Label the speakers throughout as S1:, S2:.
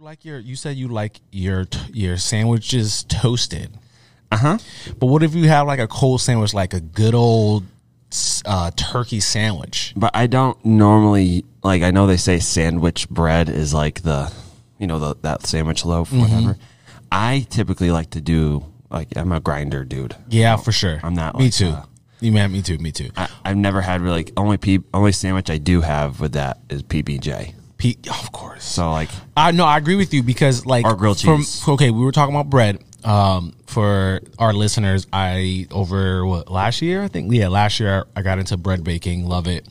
S1: like your you said you like your t- your sandwiches toasted.
S2: Uh huh.
S1: But what if you have like a cold sandwich like a good old s- uh, turkey sandwich?
S2: But I don't normally like. I know they say sandwich bread is like the, you know, the, that sandwich loaf,
S1: Mm-hmm.
S2: whatever. I typically like to do like I'm a grinder dude.
S1: Yeah, for sure.
S2: I'm not
S1: Me
S2: like,
S1: too.
S2: uh,
S1: you man, me too. Me too.
S2: I, I've never had really like, only P, only sandwich I do have with that is PBJ.
S1: Pe- of course.
S2: So like
S1: I no, I agree with you because like
S2: Or grilled
S1: from-
S2: cheese.
S1: okay, we were talking about bread. Um, for our listeners, I over what last year I think yeah last year I got into bread baking, love it,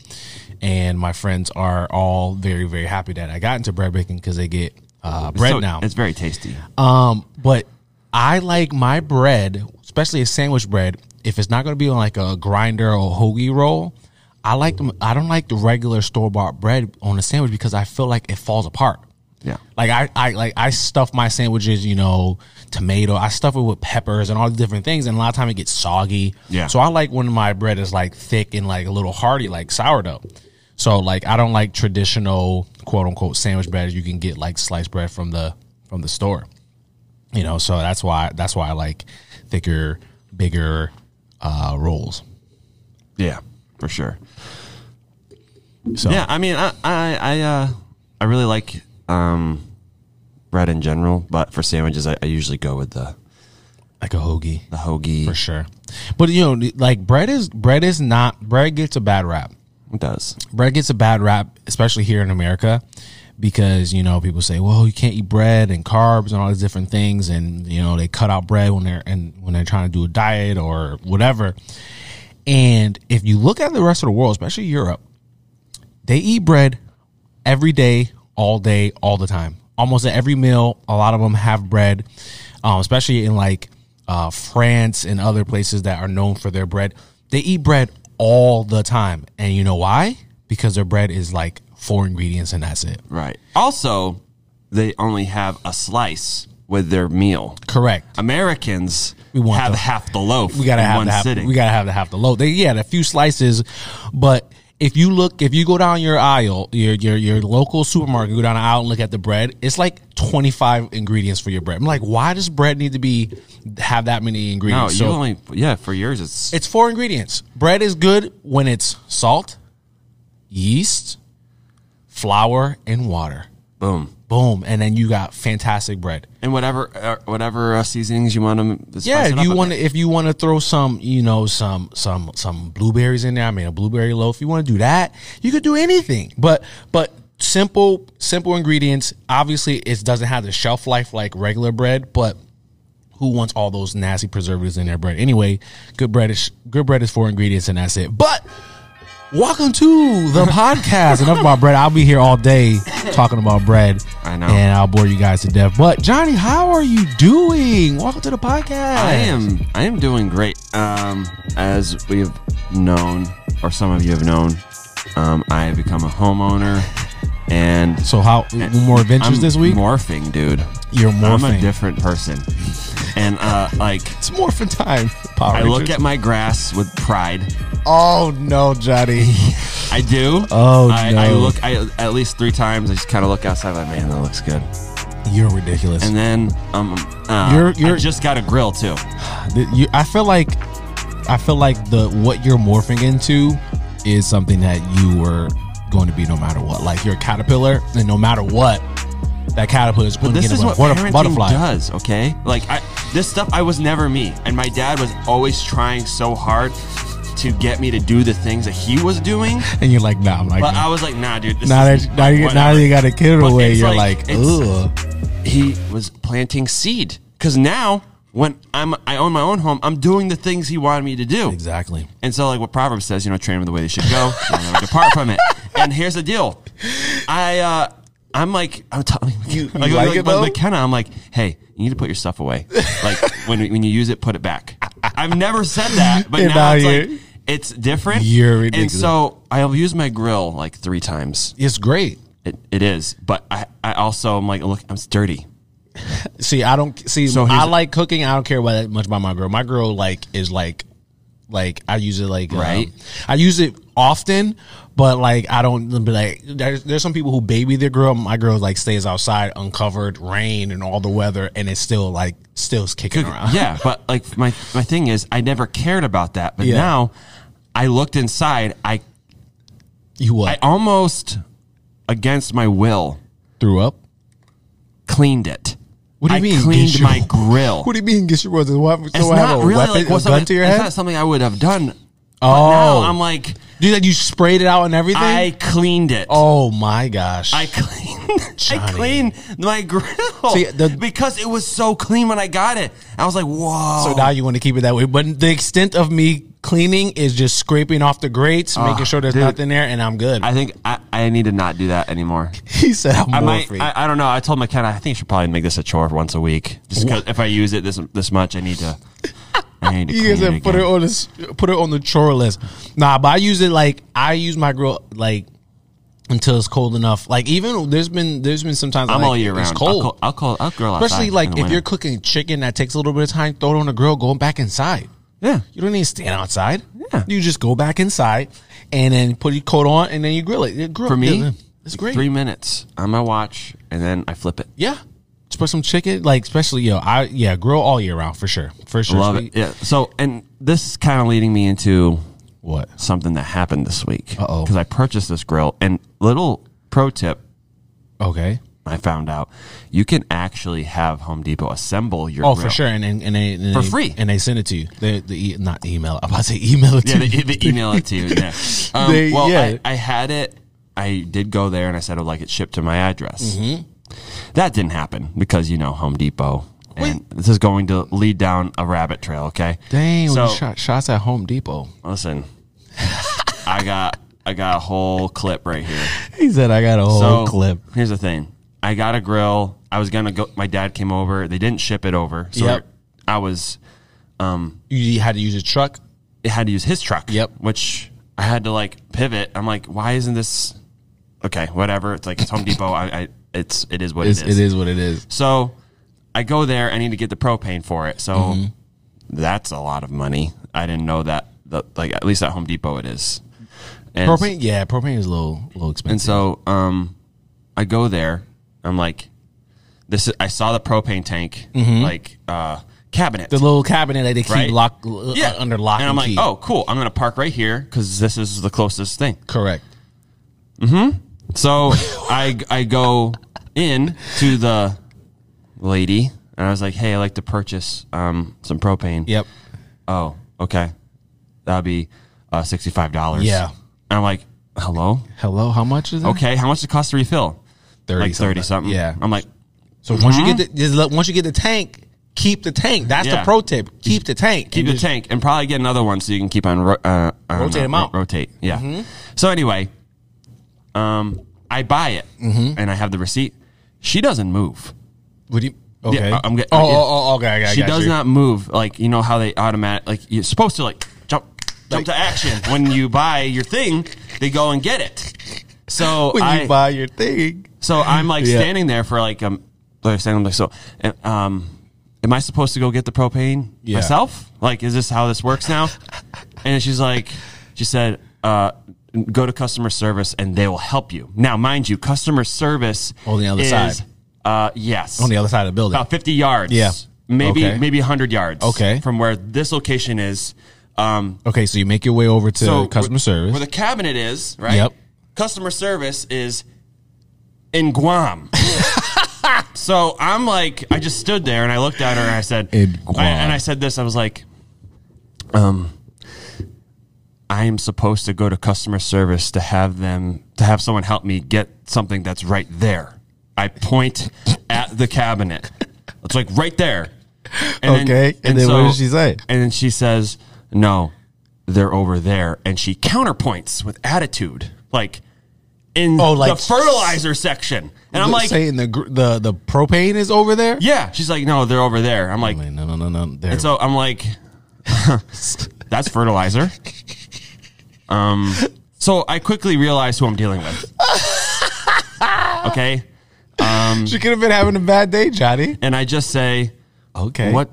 S1: and my friends are all very very happy that I got into bread baking because they get uh, bread
S2: so
S1: now.
S2: it's very tasty.
S1: Um, but I like my bread, especially a sandwich bread, if it's not going to be on like a grinder or hoagie roll. I like them. I don't like the regular store bought bread on a sandwich because I feel like it falls apart.
S2: Yeah.
S1: Like I, I like I stuff my sandwiches, you know, tomato. I stuff it with peppers and all the different things, and a lot of time it gets soggy.
S2: Yeah.
S1: So I like when my bread is like thick and like a little hearty, like sourdough. So like I don't like traditional quote unquote sandwich bread. You can get like sliced bread from the from the store you know so that's why that's why i like thicker bigger uh rolls
S2: Yeah, for sure.
S1: So-
S2: yeah, I mean, I I I, uh, I really like um, bread in general, but for sandwiches, I, I usually go with the
S1: like a hoagie
S2: the hoagie.
S1: for sure but you know like bread is bread is not bread gets a bad rap
S2: It does.
S1: bread gets a bad rap especially here in america because you know people say well you can't eat bread and carbs and all these different things and you know they cut out bread when they're and when they're trying to do a diet or whatever and if you look at the rest of the world especially europe they eat bread every day, all day, all the time. Almost at every meal, a lot of them have bread, um, especially in like uh, France and other places that are known for their bread. They eat bread all the time. And you know why? Because their bread is like four ingredients and that's it.
S2: Right. Also, they only have a slice with their meal.
S1: Correct.
S2: Americans
S1: want
S2: have
S1: the-
S2: half the loaf.
S1: We gotta
S2: in
S1: have
S2: one
S1: the half,
S2: sitting.
S1: We gotta have the half the loaf. They yeah, a few slices, but if you look, if you go down your aisle, your your your local supermarket, go down the aisle and look at the bread. It's like twenty five ingredients for your bread. I'm like, why does bread need to be have that many
S2: no,
S1: ingredients?
S2: you
S1: so
S2: only yeah. For yours, it's
S1: it's four ingredients. Bread is good when it's salt, yeast, flour, and water.
S2: boom
S1: Boom, and then you got fantastic bread.
S2: and whatever uh, whatever uh, seasonings you want them.
S1: Yeah, if you want to, if you want to throw some, you know, some some some blueberries in there. I mean, a blueberry loaf. You want to do that? You could do anything, but but simple simple ingredients. Obviously, it doesn't have the shelf life like regular bread, but who wants all those nasty preservatives in their bread anyway? Good bread is good bread is four ingredients and that's it. But welcome to the podcast. Enough about bread. I'll be here all day talking about bread.
S2: I know.
S1: and I'll bore you guys to death. But Johnny, how are you doing? Welcome to the podcast.
S2: I am I am doing great. Um, as we have known, or some of you have known, um, I have become a homeowner, and
S1: So how more adventures
S2: I'm
S1: this week?
S2: morphing, dude.
S1: You're morphing.
S2: I'm a different person, and uh, like
S1: it's morphin' time. Power
S2: I look
S1: Rangers.
S2: at my grass with pride.
S1: oh no, Johnny.
S2: I do.
S1: Oh,
S2: I, I
S1: no.
S2: look I, at least three times. I just kind of look outside, like man, that looks good.
S1: You're ridiculous.
S2: And then um, uh,
S1: You're- you're-
S2: I just got a grill too.
S1: Th- you- I feel like I feel like the what you're morphing into is something that you were going to be no matter what. Like you're a caterpillar, and no matter what, that caterpillar is going to
S2: This
S1: get
S2: is
S1: a
S2: what
S1: butter-
S2: parenting
S1: butterfly.
S2: does, okay? Like I, this stuff, I was never me, and my dad was always trying so hard to get me to do the things that he was doing.
S1: And you're like, nah, I'm like,
S2: But
S1: nah.
S2: I was like, nah, dude. This
S1: now
S2: is,
S1: that now you now
S2: whatever.
S1: you got a kid
S2: But
S1: away,
S2: it's
S1: you're
S2: like-
S1: like,
S2: it's-
S1: ugh.
S2: he was planting seed because now when I'm I own my own home, I'm doing the things he wanted me to do.
S1: Exactly.
S2: And so, like what Proverbs says, you know, train them the way they should go, you know, never depart from it. And here's the deal, I uh, I'm like I'm telling
S1: You- you
S2: like,
S1: like
S2: like,
S1: it,
S2: but
S1: though?
S2: McKenna, I'm like, hey, you need to put your stuff away. Like when when you use it, put it back. I've never said that, but
S1: And
S2: now
S1: now
S2: it's
S1: you're-
S2: like it's different.
S1: You're
S2: And
S1: ridiculous.
S2: so I'll use my grill like three times.
S1: It's great.
S2: It, it is, but I I also am like, look, I'm dirty.
S1: See, I don't see.
S2: So here's-
S1: I like cooking. I don't care about that much about my girl. My girl like is like Like I use it like um,
S2: Right.
S1: I use it often, but like I don't be like there's there's some people who baby their girl. My girl like stays outside uncovered, rain and all the weather, and it's still like still's kicking around.
S2: yeah, but like my my thing is, I never cared about that, but
S1: Yeah.
S2: now I looked inside. I
S1: You
S2: I
S1: what?
S2: almost against my will
S1: threw up.
S2: cleaned it.
S1: What do you
S2: I
S1: mean,
S2: Cleaned
S1: get
S2: my
S1: your-
S2: grill.
S1: What do you mean? Get your brother? What,
S2: it's
S1: so I have
S2: not
S1: a
S2: really
S1: weapon,
S2: like what's
S1: a gun to your
S2: it's
S1: head.
S2: not something I would have done.
S1: Oh.
S2: But now I'm like
S1: Dude, that you sprayed it out and everything.
S2: I cleaned it.
S1: oh my gosh!
S2: I cleaned. I
S1: Johnny.
S2: cleaned my grill
S1: See, the-
S2: because it was so clean when I got it. I was like, "Whoa!"
S1: So now you want to keep it that way. But the extent of me cleaning is just scraping off the grates, making sure there's
S2: Ah, dude.
S1: nothing there, and I'm good.
S2: I think I, I need to not do that anymore.
S1: he said, I'm
S2: I
S1: more
S2: might.
S1: free.
S2: I, I don't know. I told McKenna I think I should probably make this a chore once a week. Just 'cause if I use it this this much, I need to. I need to.
S1: you guys
S2: clean it
S1: have put
S2: again.
S1: it on this, put it on the chore list. Nah, but I use it like I use my grill like until it's cold enough. Like even there's been there's been sometimes
S2: I'm
S1: like,
S2: all year round.
S1: It's cold,
S2: I'll, co- I'll call. I'll grill outside
S1: especially
S2: in
S1: like
S2: the
S1: if you're
S2: winter.
S1: cooking chicken that takes a little bit of time. Throw it on the grill, go back inside.
S2: Yeah.
S1: You don't need to stand outside.
S2: Yeah.
S1: You just go back inside and then put your coat on and then you grill it. You grill-
S2: For me,
S1: it's great.
S2: Three minutes on my watch, and then I flip it.
S1: Yeah. Just put some chicken, like especially yo, I yeah, grill all year round for sure. For sure.
S2: Love
S1: sweet.
S2: it. Yeah. So, and this is kind of leading me into
S1: What?
S2: something that happened this week.
S1: Uh-oh.
S2: Because I purchased this grill, and little pro tip
S1: Okay.
S2: I found out, you can actually have Home Depot assemble your.
S1: Oh,
S2: grill.
S1: for sure. And and, and they and
S2: For
S1: they-
S2: free.
S1: and they send it to you. They the not email. I'm about to say email it
S2: Yeah,
S1: to
S2: they, e-,
S1: you.
S2: they email it to you. Yeah. Um,
S1: They-
S2: well,
S1: yeah.
S2: I, I had it. I did go there and I said I'd like it shipped to my address.
S1: Mm-hmm.
S2: That didn't happen because you know Home Depot. And this is going to lead down a rabbit trail. Okay.
S1: Dang, when
S2: So
S1: you shot shots at Home Depot.
S2: listen, I got I got a whole clip right here.
S1: He said I got a whole clip.
S2: Here's the thing. I got a grill. I was gonna go. My dad came over. They didn't ship it over. So
S1: Yep.
S2: I was.
S1: You had to use a truck.
S2: it had to use his truck.
S1: Yep.
S2: Which I had to like pivot. I'm like, why isn't this? Okay, whatever. It's like it's Home Depot. I, I it's it is what
S1: It's,
S2: it is.
S1: It is what it is.
S2: So I go there. I need to get the propane for it. So
S1: Mm-hmm.
S2: that's a lot of money. I didn't know that. The, like at least at Home Depot it is. And,
S1: Propane yeah, propane is a little little
S2: And
S1: expensive.
S2: so um, I go there. I'm like, this. Is, I saw the propane tank like uh cabinet.
S1: Mm-hmm. the little cabinet that they keep
S2: Right?
S1: locked lock yeah. under lock and,
S2: And I'm like,
S1: key.
S2: oh, cool. I'm gonna park right here because this is the closest thing.
S1: correct.
S2: So I I go in to the lady and I was like, "Hey, I'd like to purchase um, some propane."
S1: Yep.
S2: Oh, okay. That'll be uh, sixty five dollars.
S1: Yeah.
S2: And I'm like, "Hello,
S1: Hello, how much is it?
S2: okay. How much does it cost to refill?"
S1: 30
S2: like thirty something.
S1: Yeah.
S2: I'm like,
S1: So once you get the just let- once you get the tank, keep the tank. That's the
S2: Mm-hmm. Yeah.
S1: pro tip. Keep the tank.
S2: keep the tank and probably get another one so you can keep on ro- uh, on,
S1: Rotate
S2: uh,
S1: 'em out. Mm-hmm.
S2: ro- Rotate, yeah. So anyway, um, I buy it
S1: Mm-hmm.
S2: and I have the receipt. She doesn't move.
S1: Would you? Okay.
S2: Yeah, I- I'm get-
S1: oh,
S2: yeah.
S1: oh, oh, okay. I got,
S2: she
S1: got
S2: does
S1: you.
S2: not move like you know how they automatic like you're supposed to like jump jump to action when you buy your thing they go and get it so
S1: When
S2: I,
S1: you buy your thing,
S2: so i'm like
S1: Yeah.
S2: standing there for like um like standing like so and, um am i supposed to go get the propane
S1: Yeah.
S2: myself like is this how this works now and she's like she said uh go to customer service and they will help you now mind you customer service
S1: On the other
S2: is,
S1: side.
S2: uh yes
S1: on the other side of the building.
S2: about 50 yards.
S1: Yeah.
S2: Maybe
S1: Okay.
S2: maybe 100 yards.
S1: Okay.
S2: From where this location is. Um,
S1: Okay, so you make your way over to
S2: so
S1: customer
S2: where-
S1: service.
S2: Where the cabinet is, right?
S1: Yep.
S2: Customer service is in Guam. so I'm like, I just stood there and I looked at her and I said,
S1: In Guam.
S2: I- and I said this, I was like, um, I am supposed to go to customer service to have them to have someone help me get something that's right there. I point at the cabinet. It's like right there. And then-
S1: Okay, and then what does she say?
S2: And then she says, "No, they're over there." And she counterpoints with attitude, like in
S1: Oh, like-
S2: the fertilizer section. And I'm
S1: Is it
S2: like,
S1: saying the gr- the the propane is over there.
S2: "Yeah." She's like, "No, they're over there." I'm like,
S1: Wait, no, no, no, no. There.
S2: so I'm like, that's fertilizer. Um, so I quickly realized who I'm dealing with. Okay,
S1: she could have been having a bad day, Johnny.
S2: and I just say,
S1: Okay.
S2: what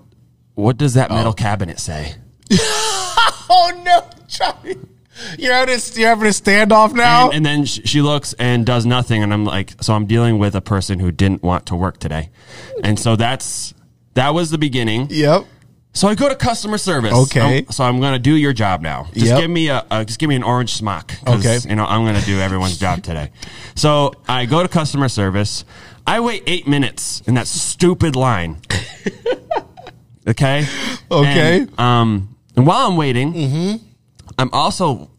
S2: What does that metal cabinet say?
S1: oh no, Johnny. You're having a, you're having a standoff now.
S2: And, and then sh- she looks and does nothing, and I'm like, so I'm dealing with a person who didn't want to work today, and so that's that was the beginning.
S1: yep.
S2: So I go to customer service.
S1: Okay.
S2: I'm- so I'm gonna do your job now. Just
S1: Yep.
S2: give me a, a just give me an orange smock. 'cause,
S1: Okay.
S2: You know I'm gonna do everyone's job today. So I go to customer service. I wait eight minutes in that stupid line. okay.
S1: Okay. Mm-hmm.
S2: And, um. And while I'm waiting, I'm also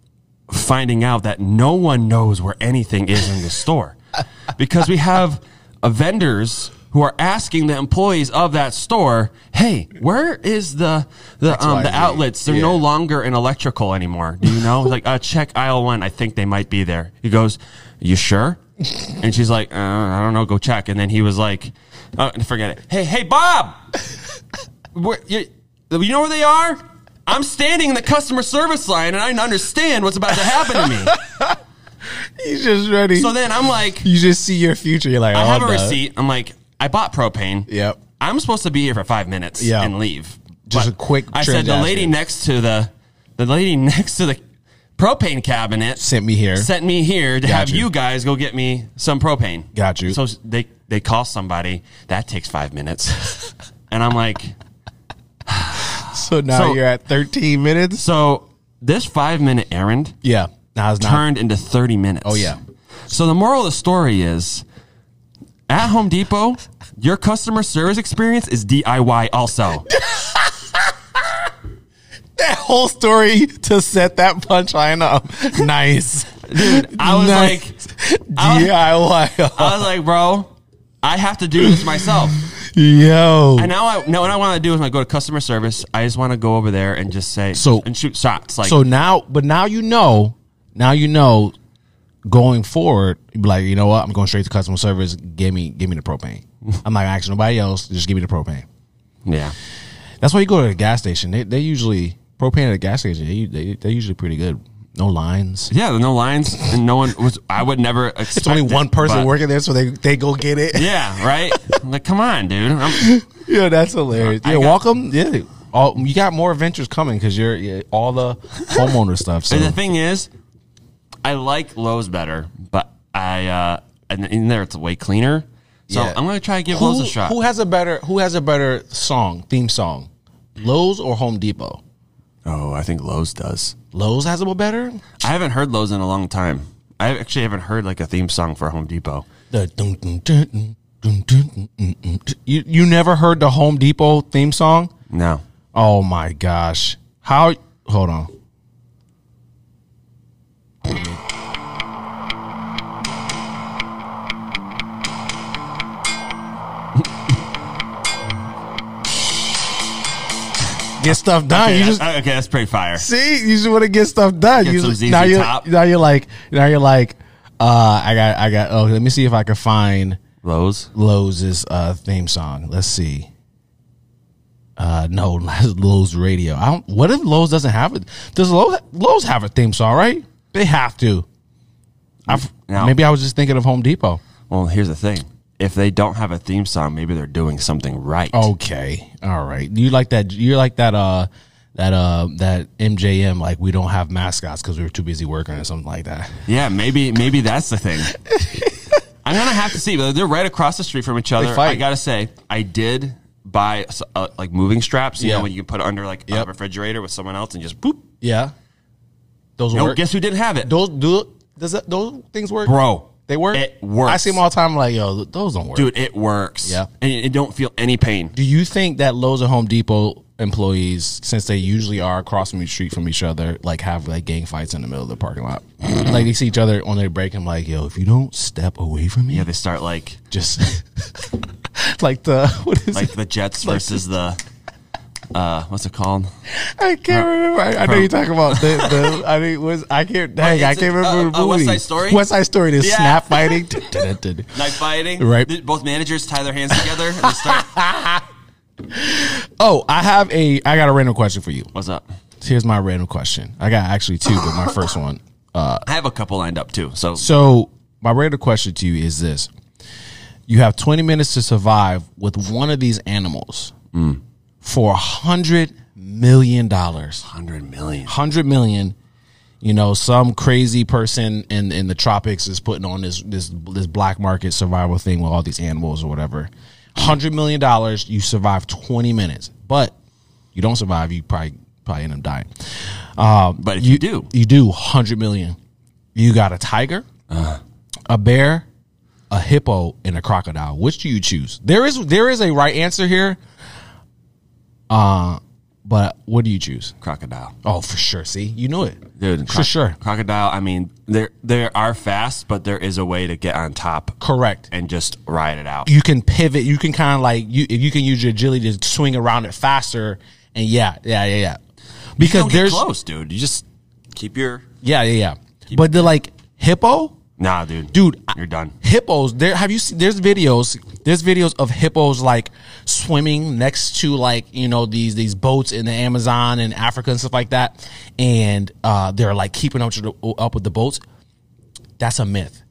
S2: finding out that no one knows where anything is in the store because we have uh, vendors who are asking the employees of that store, "Hey, where is the the um,
S1: XYZ.
S2: the outlets? They're no
S1: Yeah.
S2: longer in electrical anymore. Do you know? like, uh, check aisle one. I think they might be there." He goes, "You sure?" And she's like, uh, "I don't know. Go check." And then he was like, uh, "Forget it. Hey, hey, Bob." where, you, you know where they are? I'm standing in the customer service line and I understand what's about to happen to me.
S1: He's just ready.
S2: So then I'm like,
S1: you just see your future. You're like,
S2: I
S1: oh,
S2: have a
S1: no.
S2: receipt. I'm like, I bought propane.
S1: Yep.
S2: I'm supposed to be here for five minutes
S1: Yeah.
S2: and leave.
S1: Just a quick
S2: I said the lady
S1: transaction.
S2: next to the the lady next to the propane cabinet
S1: Sent me here.
S2: sent me here to have
S1: you.
S2: you guys go get me some propane.
S1: Got you.
S2: So they they call somebody. That takes five minutes, and I'm like.
S1: so now
S2: So-
S1: you're at 13 minutes.
S2: So this five minute errand
S1: Yeah. Now it's not.
S2: turned into 30 minutes.
S1: Oh, yeah.
S2: So the moral of the story is at Home Depot, your customer service experience is DIY also.
S1: That whole story to set that punchline up. Nice.
S2: Dude, I was like,
S1: like, DIY.
S2: I was like, bro, I have to do this myself.
S1: Yo.
S2: And now I now what I want to do is when I go to customer service, I just want to go over there and just say
S1: So-
S2: and shoot shots. Like
S1: So now, but now you know, now you know, going forward, you'd be like, you know what? I'm going straight to customer service. Give me, give me the propane. I'm not asking nobody else. Just give me the propane.
S2: Yeah.
S1: That's why you go to the gas station. They, they usually propane at a gas station. They, they they're usually pretty good. No lines.
S2: Yeah, no lines and no one was I would never expect
S1: It's only
S2: it,
S1: one person
S2: but-
S1: working there, so they they go get it. Yeah,
S2: Yeah, right? I'm like, come on, dude. I'm,
S1: that's hilarious.
S2: I
S1: Yeah,
S2: got-
S1: welcome. Yeah, all, you got more adventures coming because you're yeah, all the homeowner stuff. So
S2: And the thing is, I like Lowe's better, but I uh and in there it's way cleaner. So
S1: Yeah.
S2: I'm gonna try to give Lowe's
S1: who,
S2: a shot.
S1: who has a better who has a better song theme song, Lowe's or Home Depot?
S2: oh, I think Lowe's does.
S1: Lowe's has a better.
S2: I haven't heard Lowe's in a long time. I actually haven't heard like a theme song for Home Depot.
S1: The dun dun dun dun dun dun dun dun dun. you you never heard the Home Depot theme song?
S2: No.
S1: Oh my gosh! How? Hold on. Get stuff done.
S2: Yeah,
S1: you just
S2: uh, okay, that's pretty fire.
S1: See, you just want to get stuff done.
S2: Get
S1: you
S2: some ZZ
S1: now you
S2: Top.
S1: now you're like now you're like uh I got I got oh let me see if I can find
S2: Lowe's.
S1: Lowe's uh theme song. Let's see. Uh no, that's Lowe's radio. I don't what if Lowe's doesn't have it? Does Lowe's, Lowe's have a theme song, right? They have to. I've,
S2: No.
S1: Maybe I was just thinking of Home Depot.
S2: Well, here's the thing. If they don't have a theme song, maybe they're doing something right.
S1: Oh. Okay. All right. You like that you like that uh that uh that MJM like we don't have mascots cuz we were too busy working or something like that.
S2: Yeah, maybe maybe that's the thing. I'm gonna have to see. but They're right across the street from each other.
S1: fight.
S2: I gotta say, I did buy s- uh, like moving straps. You
S1: Yeah.
S2: know, when you can put it under like
S1: Yep.
S2: a refrigerator with someone else and just boop.
S1: Yeah. Those
S2: No,
S1: work.
S2: guess who didn't have it,
S1: those do does that, those things work?
S2: bro?
S1: They work.
S2: It works.
S1: I see them all the time. Like yo, those don't work.
S2: dude. It works.
S1: Yeah.
S2: and it don't feel any pain.
S1: Do you think that Lowe's and Home Depot employees, since they usually are across from the street from each other, like have like gang fights in the middle of the parking lot? like they see each other on their break. I'm like, yo, if you don't step away from me,
S2: Yeah, they start like
S1: just like the what is
S2: like
S1: it?
S2: the Jets versus the uh, what's it called?
S1: I can't
S2: uh,
S1: remember. I, I know
S2: Pro-
S1: you're talking about the, the I mean, was I can't. Dang, I
S2: is
S1: can't
S2: it?
S1: remember
S2: Uh,
S1: the
S2: uh, West
S1: movie.
S2: Side Story?
S1: West Side Story. The
S2: Yeah.
S1: snap fighting.
S2: Knife fighting.
S1: Right.
S2: Th- Both managers tie their hands together and they start.
S1: Oh, I have a. I got a random question for you.
S2: what's up?
S1: Here's my random question. I got actually two, but my first one.
S2: I have a couple lined up too. So
S1: So my random question to you is this: You have 20 minutes to survive with one of these animals for a hundred million dollars.
S2: Hundred million.
S1: hundred million. You know, some crazy person in in the tropics is putting on this this this black market survival thing with all these animals or whatever. Hundred million dollars, you survive twenty minutes, but you don't survive. You probably probably end up dying. Um,
S2: But if you do.
S1: you do hundred million. You got a tiger,
S2: Uh-huh.
S1: a bear, a hippo, and a crocodile. Which do you choose? There is there is a right answer here. Uh, but what do you choose?
S2: Crocodile.
S1: Oh, for sure. See, you knew it.
S2: Dude,
S1: For sure.
S2: Crocodile, I mean, there there are fast, but there is a way to get on top
S1: Correct.
S2: and just ride it out.
S1: You can pivot. You can kind of like you if you can use your agility to swing around it faster. And yeah, yeah, yeah, yeah. Because
S2: Don't get
S1: there's
S2: close, dude. You just keep your
S1: yeah, yeah, yeah. But the like hippo,
S2: Nah, dude.
S1: dude. I-
S2: you're done.
S1: Hippos. There have you seen? There's videos. There's videos of hippos like swimming next to like you know these these boats in the Amazon and Africa and stuff like that, and uh, they're like keeping up to the, up with the boats. That's a myth.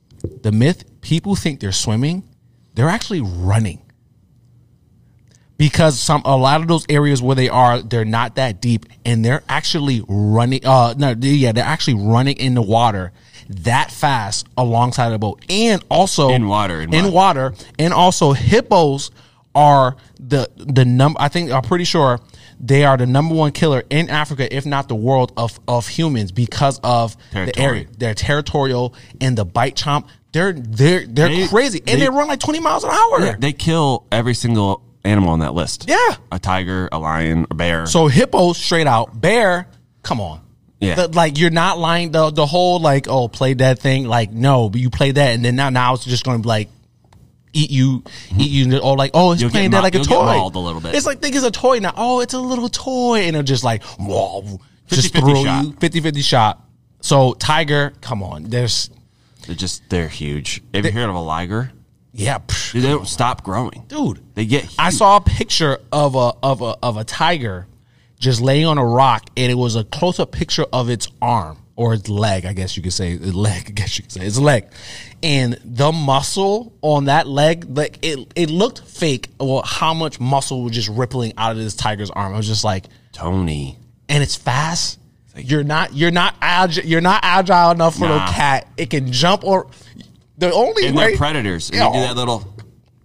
S1: The myth people think they're swimming, they're actually running. Because some a lot of those areas where they are, they're not that deep and they're actually running uh no they- yeah, they're actually running in the water that fast alongside the boat. And also
S2: In water, in
S1: In, water. And also hippos are the the number I think I'm pretty sure they are the number one killer in Africa, if not the world, of of humans because of the
S2: Territory.
S1: area they're territorial and the bite chomp they're they're they're
S2: They-
S1: crazy and they,
S2: they-
S1: run like 20 miles an hour
S2: They kill every single animal on that list.
S1: Yeah.
S2: A tiger, a lion, a bear.
S1: so hippo straight out bear come on
S2: Yeah.
S1: The- like you're not lying the the whole like oh play that thing like no but you play that and then now now it's just going to like eat you eat you or like oh it's
S2: Mm-hmm. You'll get
S1: playing that
S2: maul-
S1: like a
S2: you'll get
S1: toy
S2: mauled a little bit.
S1: it's like think it's a toy now oh it's a little toy and it'll just like whoa just
S2: 50-50
S1: throw
S2: shot.
S1: you 50-50 shot so tiger come on there's
S2: they're just they're huge. Have you heard of a liger?
S1: yeah psh,
S2: Dude, they don't stop growing.
S1: dude
S2: They get
S1: I
S2: huge.
S1: saw a picture of a of a of a tiger just laying on a rock, and it was a close up picture of its arm or its leg, I guess you could say its leg. I guess you could say its leg, and the muscle on that leg, like it, it looked fake. Well, how much muscle was just rippling out of this tiger's arm? I was just like,
S2: Tony.
S1: and it's fast. You're not you're not agile you're not agile enough for
S2: Nah.
S1: a cat. It can jump or the only
S2: And
S1: way
S2: they're predators. And they do that little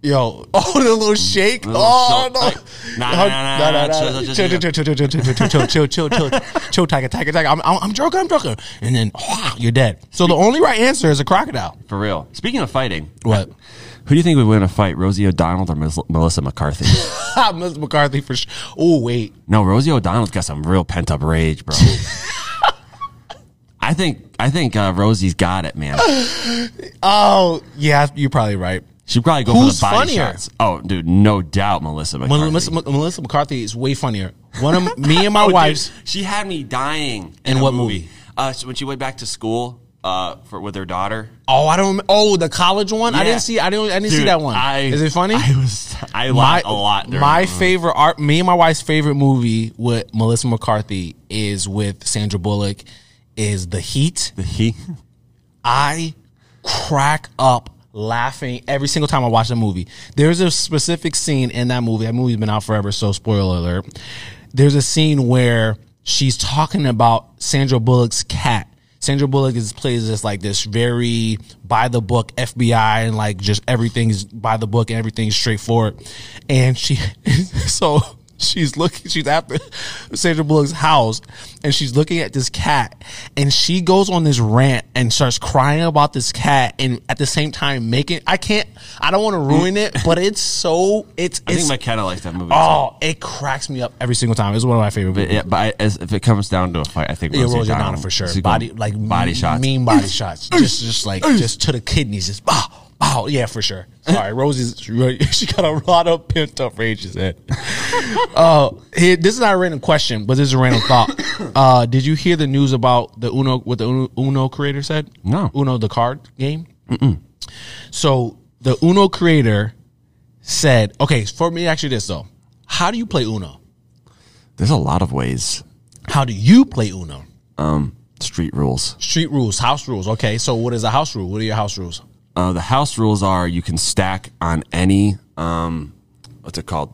S1: Yo, oh, the little shake.
S2: little
S1: oh,
S2: shake,
S1: no.
S2: like, nah, nah, nah, nah, nah, chill, chill,
S1: Chill,
S2: chill,
S1: chill, chill, chill, chill, chill, chill, chill, chill, chill, chill, tiger, tiger, tiger. I'm, I'm I'm joking, I'm joking. And then, wow, you're dead. So the only right answer is a crocodile.
S2: for real. Speaking of fighting,
S1: What?
S2: who do you think would win a fight, Rosie O'Donnell or Mis- Melissa McCarthy?
S1: Miss McCarthy for sure. Oh, wait.
S2: no, Rosie O'Donnell's got some real pent up rage, bro. I think I think uh, Rosie's got it, man.
S1: Oh, yeah, you're probably right.
S2: She'd probably go
S1: Who's
S2: for the body
S1: funnier?
S2: shots. Oh, dude, no doubt, Melissa McCarthy.
S1: Melissa, Melissa McCarthy is way funnier. One of me and my
S2: Oh, dude,
S1: wife's.
S2: she had me dying.
S1: In
S2: a
S1: what movie?
S2: Uh, so when she went back to school uh, for with her daughter.
S1: Oh, I don't. Oh, the college one. I
S2: Yeah.
S1: didn't see. I didn't. I didn't see
S2: Dude,
S1: that one.
S2: I-
S1: is it funny?
S2: I was. I laughed a lot. during
S1: My
S2: that movie.
S1: favorite art, me and my wife's favorite movie with Melissa McCarthy is with Sandra Bullock, is The Heat.
S2: he.
S1: I crack up laughing every single time I watch the movie. There's a specific scene in that movie. That movie's been out forever, so spoiler alert. There's a scene where she's talking about Sandra Bullock's cat. Sandra Bullock is plays this like this very by the book FBI and like just everything's by the book and everything's straightforward. And she so she's looking she's after Sandra Bullock's house and she's looking at this cat and she goes on this rant and starts crying about this cat and at the same time making I can't I don't want to ruin it but it's so it's
S2: I think
S1: it's
S2: my cat likes that movie.
S1: oh it cracks me up every single time it's one of my favorite
S2: But, yeah, but I, as, if it comes down to a fight, I think
S1: yeah,
S2: Rosie
S1: Rosie O'Donnell
S2: O'Donnell
S1: for sure.
S2: she's
S1: Body
S2: going
S1: like
S2: body
S1: mean,
S2: shots.
S1: mean body shots. Just just like just to the kidneys. Just bow bow. Yeah, for sure. Sorry, Rosie's she got a lot of pent up rage in her head. Uh, here, this is not a random question, but this is a random thought. Uh, did you hear the news about the Uno? What the Uno, Uno creator said?
S2: No.
S1: Uno the card game. So the Uno creator said, "Okay, for me, actually, this though. How do you play Uno?
S2: There's a lot of ways.
S1: How do you play Uno?"
S2: Um, street rules.
S1: Street rules, house rules. Okay, so what is a house rule? What are your house rules?
S2: Uh, the house rules are you can stack on any um, what's it called?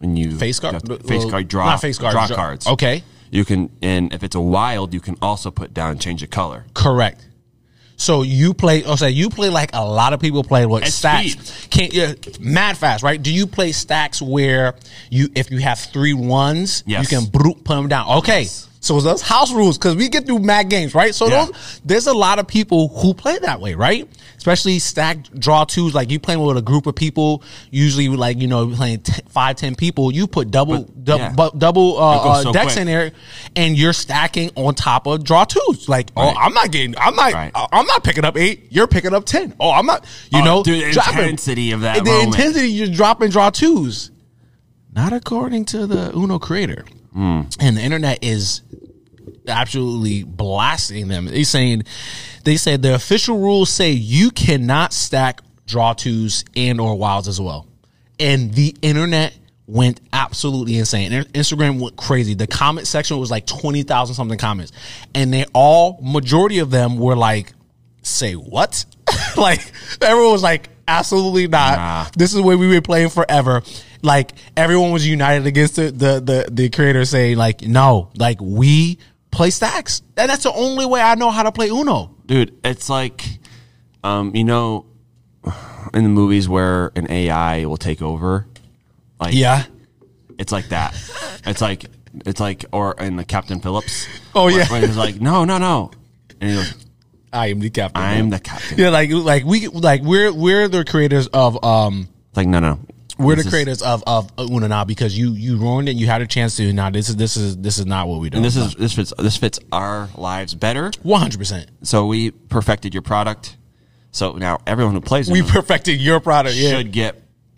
S2: when you
S1: Face guard,
S2: got- face
S1: Well,
S2: guard draw
S1: not face guard, Oh.
S2: draw
S1: dra-
S2: cards.
S1: Okay,
S2: You can, and if it's a wild, you can also put down and change the color.
S1: correct. So you play, oh, say you play like a lot of people play what
S2: At
S1: stacks
S2: speed.
S1: can't yeah, mad fast, right? Do you play stacks where you if you have three ones,
S2: Yes.
S1: you can brute put them down? Okay, so those house rules because we get through mad games, right? So
S2: Yeah.
S1: those, there's a lot of people who play that way, right? Especially stack draw twos, like you playing with a group of people. Usually, like you know, playing t- five, ten people, you put double,
S2: But,
S1: dou-
S2: yeah.
S1: bu- double uh,
S2: It goes
S1: uh,
S2: so
S1: decks
S2: quick.
S1: in there, and you're stacking on top of draw twos. Like,
S2: Right.
S1: oh, I'm not getting, I'm not,
S2: Right.
S1: I- I'm not picking up eight. You're picking up ten. Oh, I'm not, you
S2: Oh,
S1: know,
S2: dude, the
S1: dropping-
S2: intensity of that
S1: The
S2: moment.
S1: intensity you're dropping draw twos. Not according to the Uno creator,
S2: Hmm.
S1: and the internet is absolutely blasting them. They're saying they said the official rules say you cannot stack draw twos and or wilds as well. And the internet went absolutely insane. And Instagram went crazy. The comment section was like 20,000 something comments. And they all majority of them were like say what? like everyone was like absolutely not.
S2: Nah.
S1: This is where we were playing forever. Like everyone was united against the the the, the creator saying like no, like we play stacks, and that's the only way I know how to play Uno.
S2: dude it's like um you know in the movies where an ai will take over like
S1: Yeah.
S2: it's like that it's like it's like or in the captain phillips
S1: Oh,
S2: Where-
S1: yeah.
S2: where he's like no no no and he goes
S1: I am the captain.
S2: i am the captain
S1: yeah, like like we like we're we're the creators of um
S2: it's like no no
S1: we're
S2: This
S1: the
S2: is-
S1: creators of of Uno now because you you ruined it. You had a chance to now this is this is this is not what we do.
S2: this is this fits this fits our lives better
S1: One hundred percent.
S2: so we perfected your product so now everyone who plays
S1: We
S2: Uno
S1: perfected your product. Yeah,
S2: should get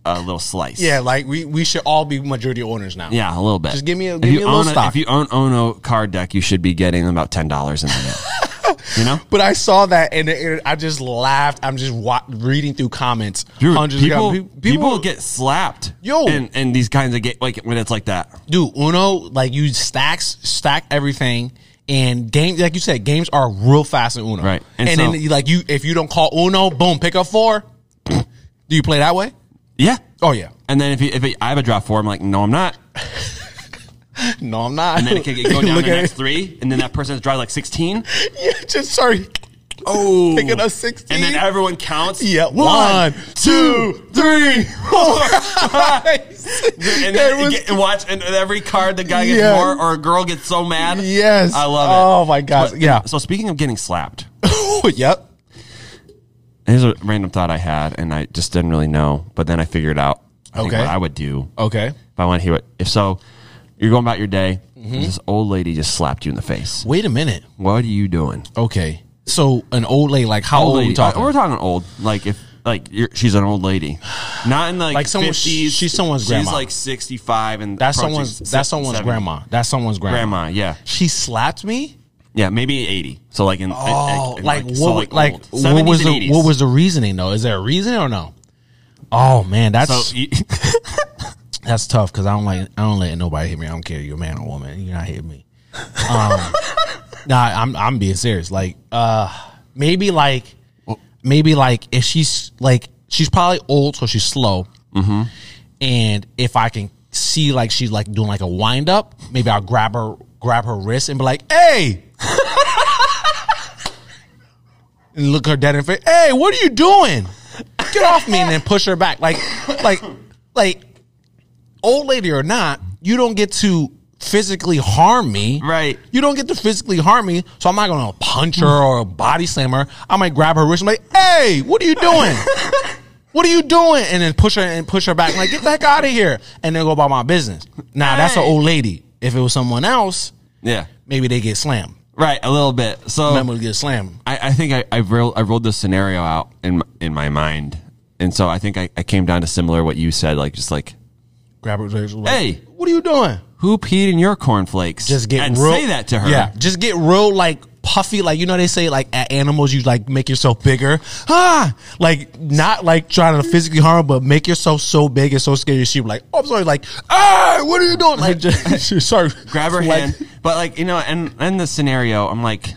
S2: a little slice
S1: yeah. Like we we should all be majority owners now.
S2: Yeah, a little bit.
S1: Just give me a-
S2: If
S1: give
S2: you
S1: me a little
S2: own
S1: stock.
S2: If you own Ono card deck, you should be getting about ten dollars in the mail. you know,
S1: But I saw that and it, it- I just laughed. I'm just wa- reading through comments.
S2: Dude,
S1: hundreds
S2: people,
S1: of
S2: people,
S1: people, people
S2: get slapped.
S1: Yo.
S2: and and these kinds of get like when it's like that.
S1: do Uno. Like you stacks stack everything. And games, like you said, games are real fast in Uno.
S2: Right.
S1: And,
S2: And so-
S1: then, like you, if you don't call Uno, boom, pick up four. do you play that way?
S2: Yeah.
S1: Oh yeah.
S2: And then if you, if it, I have a draw four, I'm like, no, I'm not.
S1: No, I'm not.
S2: And then it can go down
S1: Look
S2: to
S1: at
S2: the next
S1: it.
S2: three, and then that person's draw like sixteen.
S1: Yeah, just sorry.
S2: Oh,
S1: Picking up 16.
S2: And then everyone counts.
S1: Yeah.
S2: One, two,
S1: three, four.
S2: and,
S1: Yeah, it
S2: then
S1: was-
S2: get- and watch, and every card the guy gets
S1: Yeah.
S2: more, or a girl gets so mad.
S1: Yes.
S2: I love it.
S1: Oh, my gosh.
S2: But-
S1: Yeah.
S2: So speaking of getting slapped,
S1: yep.
S2: Here's a random thought I had, and I just didn't really know, but then I figured out I think
S1: Okay.
S2: what I would do
S1: Okay.
S2: if I want to hear it. If so, you're going about your day,
S1: Mm-hmm.
S2: and this old lady just slapped you in the face.
S1: Wait a minute.
S2: What are you doing?
S1: Okay. So an old lady, like how old, are we
S2: lady.
S1: talking?
S2: Uh, we're talking old. Like if like you're, she's an old lady, not in like,
S1: Like someone-
S2: 50s.
S1: she's someone's
S2: she's
S1: grandma.
S2: like 65, and
S1: that's
S2: approaching
S1: someone's.
S2: s-
S1: That's someone's
S2: 70.
S1: grandma. That's someone's grandma.
S2: Grandma, yeah,
S1: She slapped me.
S2: yeah, maybe 80. So like in
S1: Oh,
S2: in- in,
S1: like,
S2: so,
S1: what? Like,
S2: old.
S1: what
S2: 70s
S1: was
S2: and
S1: the
S2: 80s.
S1: what was the reasoning though? Is there a reason or no? Oh man, that's
S2: so? You,
S1: That's tough because I don't like I don't let nobody hit me. I don't care if you're a man or woman. You're not hitting me. Um, nah, I'm I'm being serious. Like, uh, maybe like, maybe like if she's like she's probably old, so she's slow. Mm-hmm. And if I can see like she's like doing like a wind up, maybe I'll grab her grab her wrist and be like, "Hey." And look her dead in the face. Hey, what are you doing? Get off me! And then push her back. Like, like, like old lady or not, you don't get to physically harm me.
S2: Right.
S1: You don't get to physically harm me, so I'm not gonna punch her or body slam her. I might grab her wrist and be like, hey, what are you doing? what are you doing? And then push her and push her back. like, get the heck out of here. And then go about my business. Now that's an
S2: Hey.
S1: old lady. If it was someone else,
S2: yeah,
S1: maybe they get slammed.
S2: right, a little bit. So
S1: Someone would get slammed.
S2: I, I think I I, roll, I rolled this scenario out in m- in my mind, and so I think I, I came down to similar what you said, like just like
S1: Grab her wrist. like,
S2: Hey.
S1: what are you doing?
S2: who peed in your cornflakes?
S1: just get
S2: and
S1: real,
S2: say that to her.
S1: Yeah, just get real like puffy, like you know they say like at animals you like make yourself bigger. Ah, like not like trying to physically harm, but make yourself so big and so scary. She like, oh, I'm sorry, like, ah, what are you doing? Like, just, sorry,
S2: grab her
S1: Like,
S2: hand. But like you know, and in the scenario, I'm like,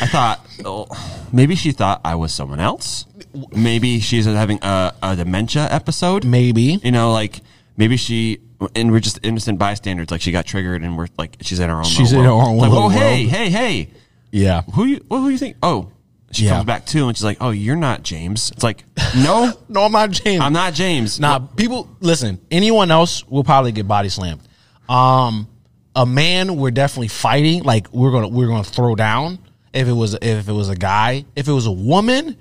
S2: I thought oh, maybe she thought I was someone else. Maybe she's having a, a dementia episode.
S1: Maybe
S2: you know, like maybe she and we're just innocent bystanders. Like she got triggered, and we're like she's in her own.
S1: She's
S2: little
S1: in
S2: world.
S1: her own
S2: Like,
S1: little
S2: oh, hey,
S1: world.
S2: hey, hey,
S1: Yeah.
S2: who you? Well, who you think? Oh, she
S1: Yeah.
S2: comes back too, and she's like, oh, you're not James. It's like, no,
S1: No, I'm not James.
S2: I'm not James.
S1: Nah, people, listen. Anyone else will probably get body slammed. Um, a man, we're definitely fighting. Like we're gonna we're gonna throw down. If it was if it was a guy, if it was a woman,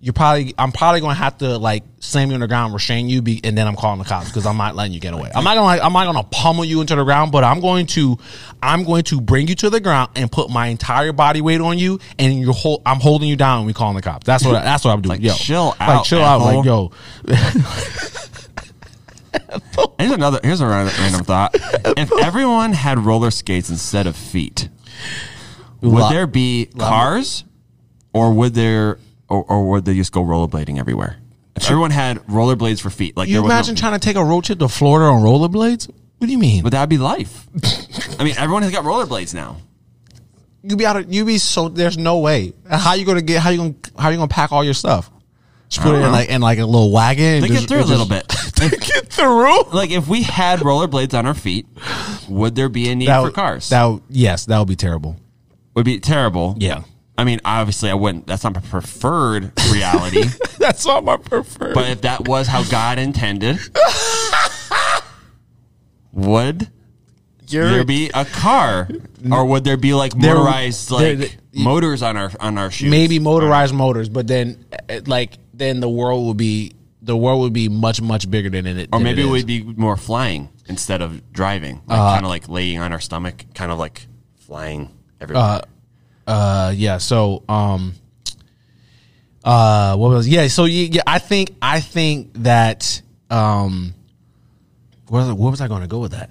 S1: you're probably I'm probably gonna have to like slam you on the ground, restrain you, be, and then I'm calling the cops because I'm not letting you get away. I'm not gonna like, I'm not gonna pummel you into the ground, but I'm going to I'm going to bring you to the ground and put my entire body weight on you, and you're whole I'm holding you down. and We calling the cops. That's what that's what I'm doing. yo,
S2: chill
S1: like
S2: out,
S1: chill out, like
S2: asshole.
S1: yo.
S2: Here's another. Here's a random, random thought. If everyone had roller skates instead of feet, would
S1: Lo-
S2: there be cars, or would there, or, or would they just go rollerblading everywhere? If everyone had rollerblades for feet, like
S1: You
S2: there was no-
S1: imagine trying to take a road trip to Florida on rollerblades? What do you mean?
S2: but that'd be life. I mean, everyone has got rollerblades now.
S1: You'd be out. Of, you'd be so. There's no way. How you gonna get? How you gonna? How you gonna pack all your stuff? Just put it in
S2: know.
S1: like in like a little wagon. and
S2: Think it
S1: just-
S2: through a
S1: just-
S2: little bit. If-
S1: Get through.
S2: like if we had rollerblades on our feet, would there be a need
S1: That
S2: for
S1: would-
S2: cars?
S1: That would- yes, that would be terrible.
S2: would be terrible.
S1: Yeah.
S2: I mean, obviously, I wouldn't. That's not my preferred reality.
S1: That's not my preferred.
S2: But if that was how God intended, would there be a car, or would there be like
S1: There-
S2: motorized
S1: there-
S2: like
S1: there-
S2: motors on our on our shoes?
S1: maybe motorized motors, but then eh, like then the world would be the world would be much much bigger than it.
S2: or
S1: than
S2: maybe
S1: it is. Uh,
S2: we'd be more flying instead of driving, like, kind of like laying on our stomach, kind of like flying everywhere.
S1: uh yeah so um uh what was yeah so yeah, yeah i think i think that um what was, what was i going to go with that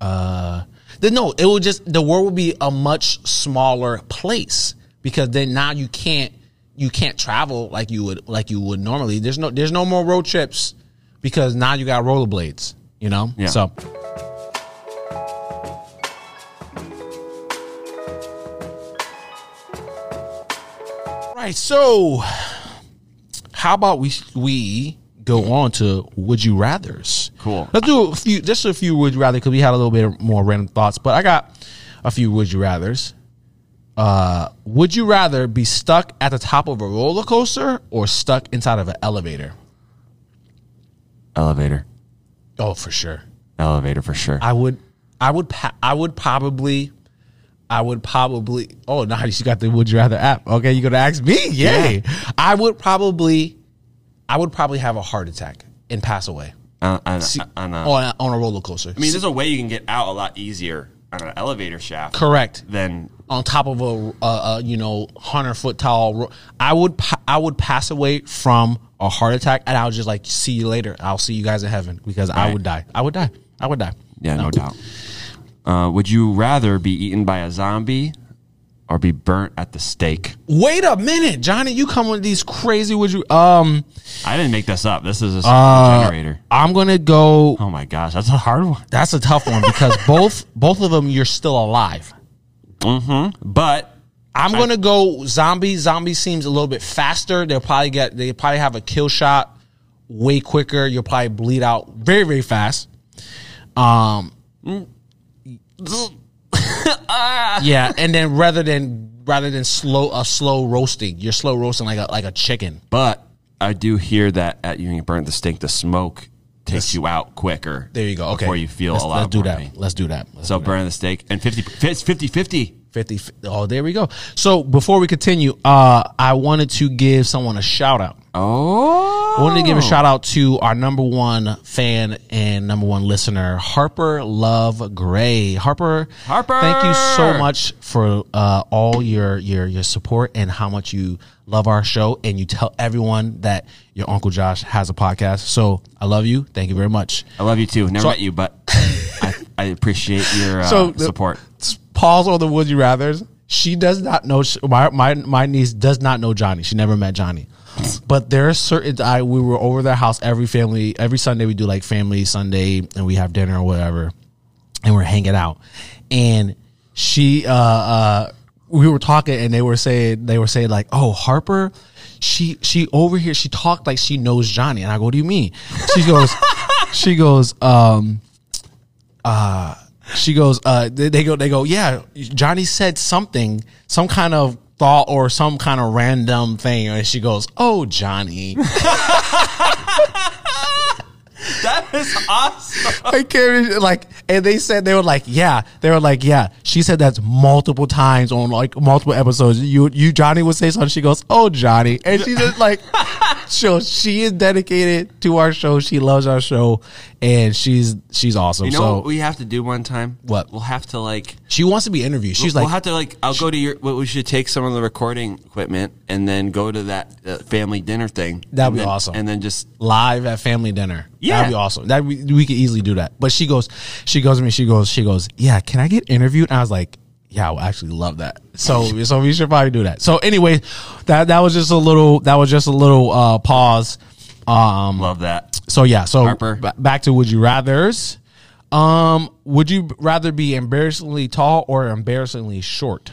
S1: uh then no it will just the world will be a much smaller place because then now you can't you can't travel like you would like you would normally there's no there's no more road trips because now you got rollerblades you know
S2: Yeah.
S1: so Right. So, how about we we go on to would you rather's?
S2: Cool.
S1: Let's do a few. Just a few would you rather because we had a little bit more random thoughts, but I got a few would you rather's. Uh, would you rather be stuck at the top of a roller coaster or stuck inside of an elevator?
S2: elevator,
S1: Oh, for sure.
S2: elevator for sure.
S1: I would. I would. Pa- I would probably. I would probably. Oh, nice! You got the Would You Rather app. Okay, you gonna ask me? Yay! I would probably. I would probably have a heart attack and pass away
S2: on, on, on a, I
S1: on a, on a roller coaster.
S2: mean, there's a way you can get out a lot easier on an elevator shaft.
S1: correct.
S2: Than
S1: On top of a, a, a you know hundred foot tall, ro- I would pa- I would pass away from a heart attack, and I would just like see you later. I'll see you guys in heaven because I
S2: Right.
S1: would die. I would die. I would die.
S2: Yeah, no doubt. Uh, would you rather be eaten by a zombie or be burnt at the stake?
S1: Wait a minute, Johnny. You come with these crazy? Would you? Um.
S2: I didn't make this up. This is a
S1: Uh,
S2: generator.
S1: I'm gonna go.
S2: Oh my gosh, that's a hard one.
S1: That's a tough one because both both of them you're still alive.
S2: But
S1: I'm gonna go zombie. Zombie seems a little bit faster. They'll probably get. They probably have a kill shot way quicker. You'll probably bleed out very very fast. Um. yeah, and then rather than rather than slow a slow roasting, you're slow roasting like a like a chicken.
S2: but I do hear that at you being burnt at the stake, the smoke takes you out quicker.
S1: There you go. Okay,
S2: Before you feel
S1: let's,
S2: a lot.
S1: Let's
S2: of
S1: do that.
S2: burning.
S1: Let's do that. Let's
S2: So burn at the stake and 50, it's 50 50.
S1: 50 oh there we go so before we continue uh i wanted to give someone a shout out
S2: Oh.
S1: i wanted to give a shout out to our number one fan and number one listener harper love gray harper
S2: Harper!
S1: thank you so much for uh all your your your support and how much you love our show and you tell everyone that your uncle josh has a podcast so i love you thank you very much
S2: I love you too. Never
S1: So-
S2: met you, but I, I appreciate your uh,
S1: So the-
S2: support.
S1: pause on the would you rather's. She does not know my my my niece does not know Johnny. She never met Johnny. But there are certain I we were over their house every family every Sunday we do like family Sunday and we have dinner or whatever and we're hanging out. And she uh uh we were talking and they were saying they were saying like, "Oh, Harper, she she over here she talked like she knows Johnny." And I go, "What do you mean?" She goes she goes, um, uh, she goes, uh, they, they go, they go, yeah, Johnny said something, some kind of thought or some kind of random thing. And she goes, oh, Johnny.
S2: That is awesome.
S1: I can't even- like, and they said they were like, yeah, they were like, yeah. She said that multiple times on like multiple episodes. You, you, Johnny would say something. She goes, "Oh, Johnny," and she's just like, so she is dedicated to our show. She loves our show, and she's she's awesome.
S2: You know
S1: so
S2: what we have to do one time?
S1: What?
S2: We'll have to like
S1: she wants to be interviewed. She's
S2: we'll
S1: like,
S2: have to like I'll go to your what we should take some of the recording equipment and then go to that uh, family dinner thing.
S1: That'd
S2: And
S1: be
S2: then-
S1: awesome.
S2: And then just
S1: live at family dinner.
S2: Yeah.
S1: that'd be awesome. That we, we could easily do that. But she goes, she goes to me. She goes, she goes. Yeah, can I get interviewed? And I was like, yeah, I would actually love that. So so we should probably do that. So anyway, that that was just a little that was just a little uh, pause. Um.
S2: love that.
S1: So yeah. So
S2: Harper.
S1: ba- back to would you rather's. Um. Would you rather be embarrassingly tall or embarrassingly short?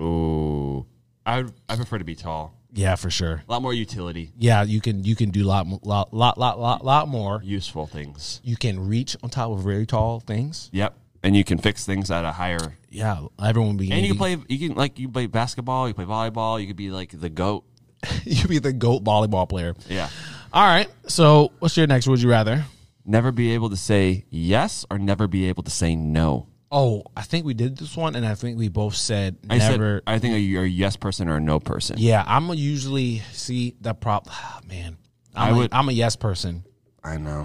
S2: Ooh. I would, I prefer to be tall.
S1: Yeah, for sure.
S2: A lot more utility,
S1: Yeah, you can you can do lot mo- lot lot lot lot, lot more.
S2: useful things.
S1: You can reach on top of very tall things.
S2: Yep. And you can fix things at a higher
S1: Yeah, everyone be.
S2: And you can play. You can like you play basketball. You play volleyball. You could be like the goat.
S1: You be the goat volleyball player.
S2: Yeah.
S1: All right. So, what's your next? Would you rather?
S2: Never be able to say yes or never be able to say no.
S1: Oh, I think we did this one, and I think we both said
S2: I
S1: never.
S2: said I think you're a yes person or a no person.
S1: yeah, I'm a usually see the prop. man, I'm
S2: I
S1: a-
S2: would-
S1: I'm a yes person.
S2: I know.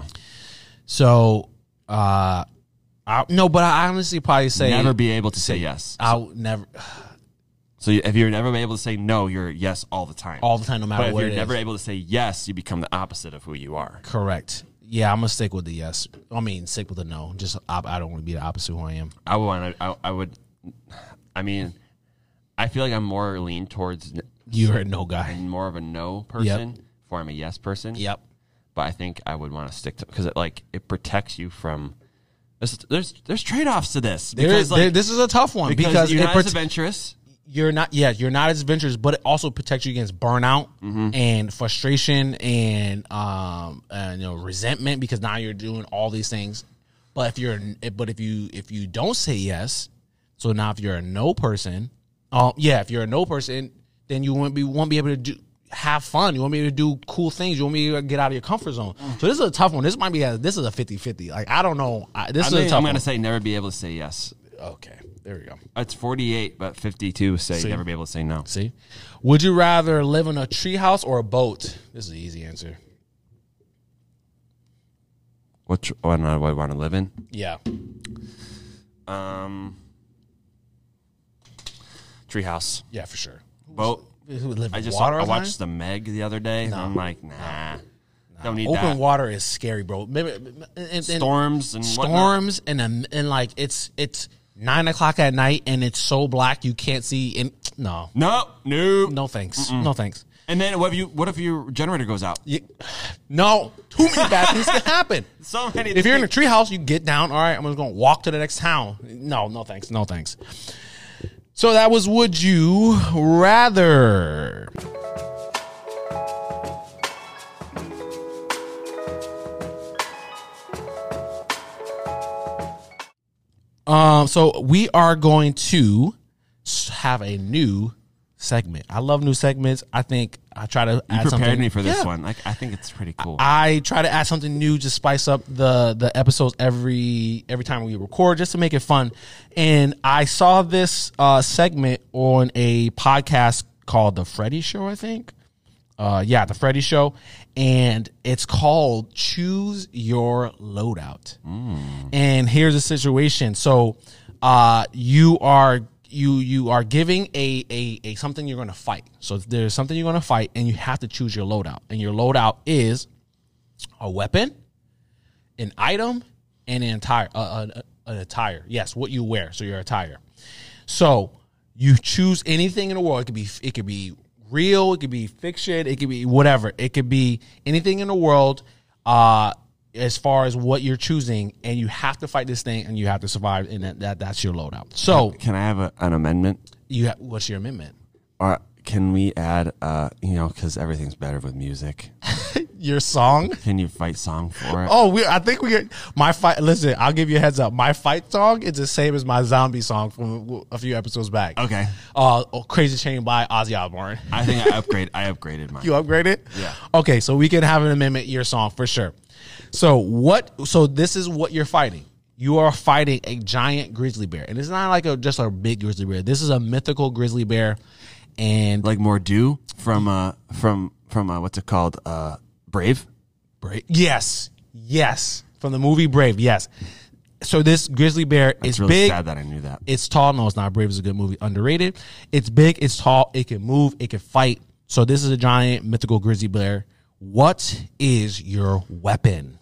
S1: So, uh, I, no, but I honestly probably say
S2: Never be able to say yes.
S1: I'll never
S2: So you- if you're never able to say no, you're a yes all the time.
S1: all the time, no
S2: but
S1: matter
S2: if
S1: what
S2: you're
S1: it is.
S2: never able to say yes, you become the opposite of who you are.
S1: Correct. Yeah, I'm gonna stick with the yes. I mean, stick with the no. Just I, I don't want to be the opposite of who I am.
S2: I would want. I, I would. I mean, I feel like I'm more lean towards n-
S1: You're a no guy.
S2: more of a no person. Before I'm a yes person.
S1: Yep.
S2: but I think I would want to stick to because it like it protects you from. There's there's, there's trade offs to this
S1: There
S2: because
S1: is-
S2: like
S1: there- this is a tough one
S2: because,
S1: because
S2: you're
S1: it
S2: not
S1: prote-
S2: as adventurous.
S1: you're not yeah you're not as adventurous but it also protects you against burnout
S2: Mm-hmm.
S1: and frustration and um and, you know resentment because now you're doing all these things but if you're but if you if you don't say yes so now if you're a no person um yeah if you're a no person then you won't be won't be able to do have fun you won't be able to do cool things you won't be able to get out of your comfort zone so this is a tough one this might be a this is a 50 50 like i don't know I, this
S2: I
S1: is
S2: mean,
S1: a
S2: I'm
S1: tough one
S2: gonna say never be able to say yes.
S1: okay there we go
S2: It's 48, but 52 say never be able to say no.
S1: See, would you rather live in a treehouse or a boat? This is the easy answer.
S2: Which one I would want to live in?
S1: Yeah,
S2: Um, treehouse
S1: yeah, for sure.
S2: boat.
S1: Who would live
S2: I
S1: in
S2: just
S1: water
S2: I
S1: all the time?
S2: watched the Meg the other day. and I'm like, nah, don't need
S1: Open
S2: that.
S1: water is scary, bro. Maybe and, and,
S2: Storms and whatnot.
S1: storms and um, and like it's it's nine o'clock at night and it's so black you can't see. And no,
S2: No, no, no.
S1: no thanks, no thanks.
S2: And then what if you? What if your generator goes out?
S1: You- no, too many bad things can happen.
S2: So many.
S1: If you're in a
S2: things.
S1: treehouse, you get down. All right, I'm just gonna walk to the next town. No, no thanks, no thanks. So that was would you rather? Um, so we are going to s- have a new segment. I love new segments. I think I try to
S2: You
S1: add
S2: prepared
S1: something.
S2: me for this
S1: Yeah.
S2: one. Like I think it's pretty cool.
S1: I try to add something new, just spice up the the episodes every every time we record, just to make it fun. And I saw this uh, segment on a podcast called The Freddy Show, I think. Uh, yeah, The Freddy Show, and it's called Choose Your Loadout. And here's the situation: so, uh, you are you you are giving a a, a something you're going to fight. So if there's something you're going to fight, and you have to choose your loadout, and your loadout is a weapon, an item, and an attire. Uh, an, an attire. Yes, what you wear. So your attire. So you choose anything in the world. It could be. It could be real. It could be fiction. It could be whatever. It could be anything in the world. Uh, as far as what you're choosing, and you have to fight this thing, and you have to survive, and that, that that's your loadout. So
S2: can I have a, an amendment?
S1: you have, what's your amendment?
S2: Or can we add? Uh, you know, because everything's better with music.
S1: your song.
S2: Can you fight song for it?
S1: Oh, we. I think we. get My fight. Listen, I'll give you a heads up. My fight song is the same as my zombie song from a few episodes back.
S2: Okay.
S1: Uh, oh, Crazy Chain by Ozzy Osbourne.
S2: I think I upgrade. I upgraded mine.
S1: You upgraded.
S2: Yeah.
S1: Okay, so we can have an amendment your song for sure. So what? So this is what you're fighting. You are fighting a giant grizzly bear, and it's not like a just a big grizzly bear. This is a mythical grizzly bear, and
S2: like Mordu from uh from from uh, what's it called uh Brave.
S1: Brave. Yes. Yes. From the movie Brave. Yes. So this grizzly bear
S2: It's
S1: is
S2: really
S1: big.
S2: sad that I knew that.
S1: It's tall. No, it's not. Brave is a good movie. Underrated. It's big. It's tall. It can move. It can fight. So this is a giant mythical grizzly bear. What is your weapon?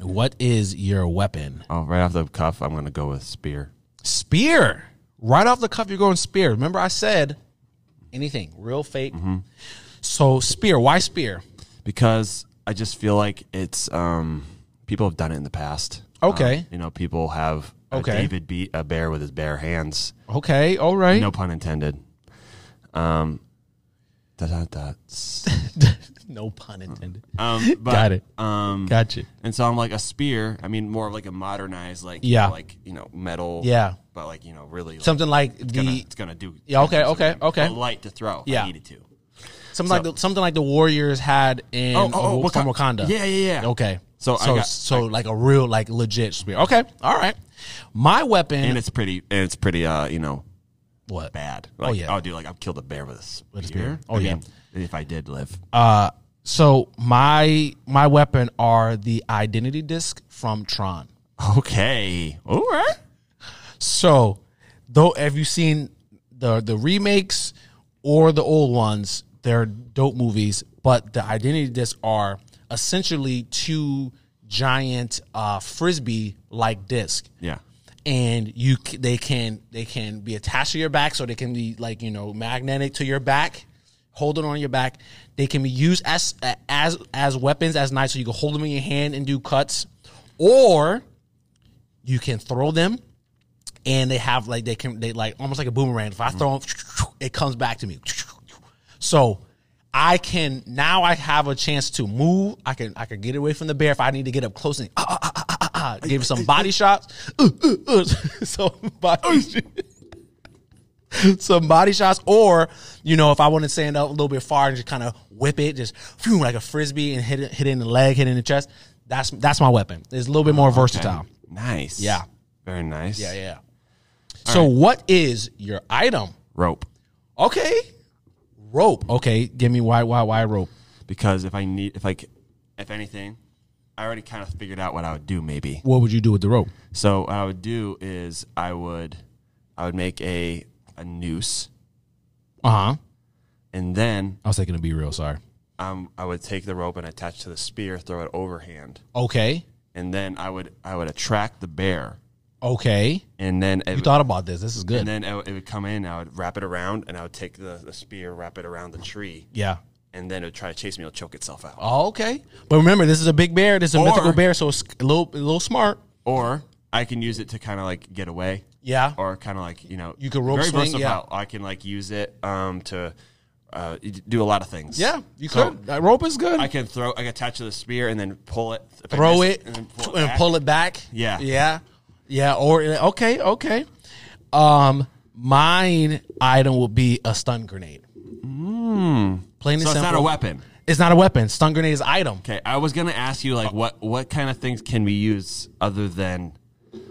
S1: what is your weapon?
S2: Oh, right off the cuff, I'm gonna go with spear.
S1: Spear. Right off the cuff, you're going spear. Remember, I said anything real fake.
S2: Mm-hmm.
S1: So spear. Why spear?
S2: because I just feel like it's um, people have done it in the past.
S1: Okay.
S2: Um, you know, people have uh,
S1: Okay.
S2: David beat a bear with his bare hands.
S1: Okay. All right.
S2: No pun intended. Um, da, da, da.
S1: no pun intended.
S2: um but,
S1: Got it.
S2: Um,
S1: Gotcha.
S2: and so I'm like a spear. I mean, more of like a modernized, like
S1: Yeah.
S2: like you know, metal.
S1: Yeah.
S2: but like you know, really like,
S1: something like the
S2: Gonna, it's gonna do.
S1: Yeah, okay,
S2: it's
S1: okay,
S2: gonna be
S1: okay.
S2: Light to throw. Yeah,
S1: Yeah.
S2: I needed to.
S1: something like the, something like the warriors had in
S2: Oh, oh, oh,
S1: Wa- from
S2: Waka-
S1: Wakanda.
S2: Yeah, yeah, yeah.
S1: Okay.
S2: So I
S1: so,
S2: got-
S1: so like a real like legit spear. Okay. All right. My weapon.
S2: And it's pretty. And it's pretty. Uh, you know,
S1: what?
S2: bad. Like, oh
S1: yeah.
S2: yeah. Oh dude, like I've killed a bear with a spear.
S1: a spear? Oh,
S2: I
S1: yeah. Uh,
S2: mean, if I did live,
S1: So my my weapon are the identity disc from Tron.
S2: okay. All right.
S1: So though, have you seen the the remakes or the old ones? They're dope movies, but the identity discs are essentially two giant uh, frisbee like discs.
S2: Yeah.
S1: and you c- they can they can be attached to your back so they can be like you know magnetic to your back hold it on your back they can be used as as as weapons as knives so you can hold them in your hand and do cuts or you can throw them and they have like they can they like almost like a boomerang if i throw them it comes back to me so i can now i have a chance to move i can i can get away from the bear if i need to get up close and I gave some body shots. Uh, uh, uh, some body some body shots, or you know, if I want to stand up a little bit far and just kind of whip it, just phew, like a frisbee and hit it, hit it in the leg, hit it in the chest. That's that's my weapon. It's a little bit
S2: Oh,
S1: more versatile.
S2: Nice.
S1: Yeah.
S2: Very nice.
S1: Yeah, yeah. So, what is your item?
S2: Rope.
S1: Okay, rope. Okay, give me why why why rope.
S2: Because if I need, if I, c- if anything, I already kind of figured out what I would do. Maybe.
S1: What would you do with the rope?
S2: So what I would do is I would, I would make a a noose,
S1: Uh huh.
S2: and then
S1: I was thinking to be real. Sorry.
S2: um, I would take the rope and attach to the spear, throw it overhand,
S1: Okay.
S2: and then I would I would attract the bear,
S1: Okay.
S2: and then it,
S1: You thought about this. This is good.
S2: And then it, would- it would come in, I would wrap it around, and I would take the, the spear, wrap it around the tree,
S1: yeah.
S2: and then it would try to chase me. It'll choke itself out.
S1: Oh, okay. But remember, this is a big bear. This is a
S2: Or-
S1: mythical bear, so it's a little, a little smart.
S2: Or I can use it to kind of like get away.
S1: Yeah.
S2: Or kind of like you know,
S1: You could rope
S2: very
S1: swing,
S2: versatile.
S1: yeah.
S2: I can like use it um, to uh, y- do a lot of things.
S1: Yeah, you
S2: So
S1: could. That rope is good.
S2: I can throw. I can attach to the spear and then pull it. if I
S1: Throw
S2: miss
S1: it
S2: and then pull it.
S1: and
S2: back.
S1: pull it back.
S2: Yeah.
S1: yeah, yeah. Or okay, okay. Um, mine item will be a stun grenade. Plain and
S2: Hmm. So it's
S1: simple.
S2: not a weapon.
S1: It's not a weapon. Stun grenade is item.
S2: Okay, I was gonna ask you like what what kind of things can we use other than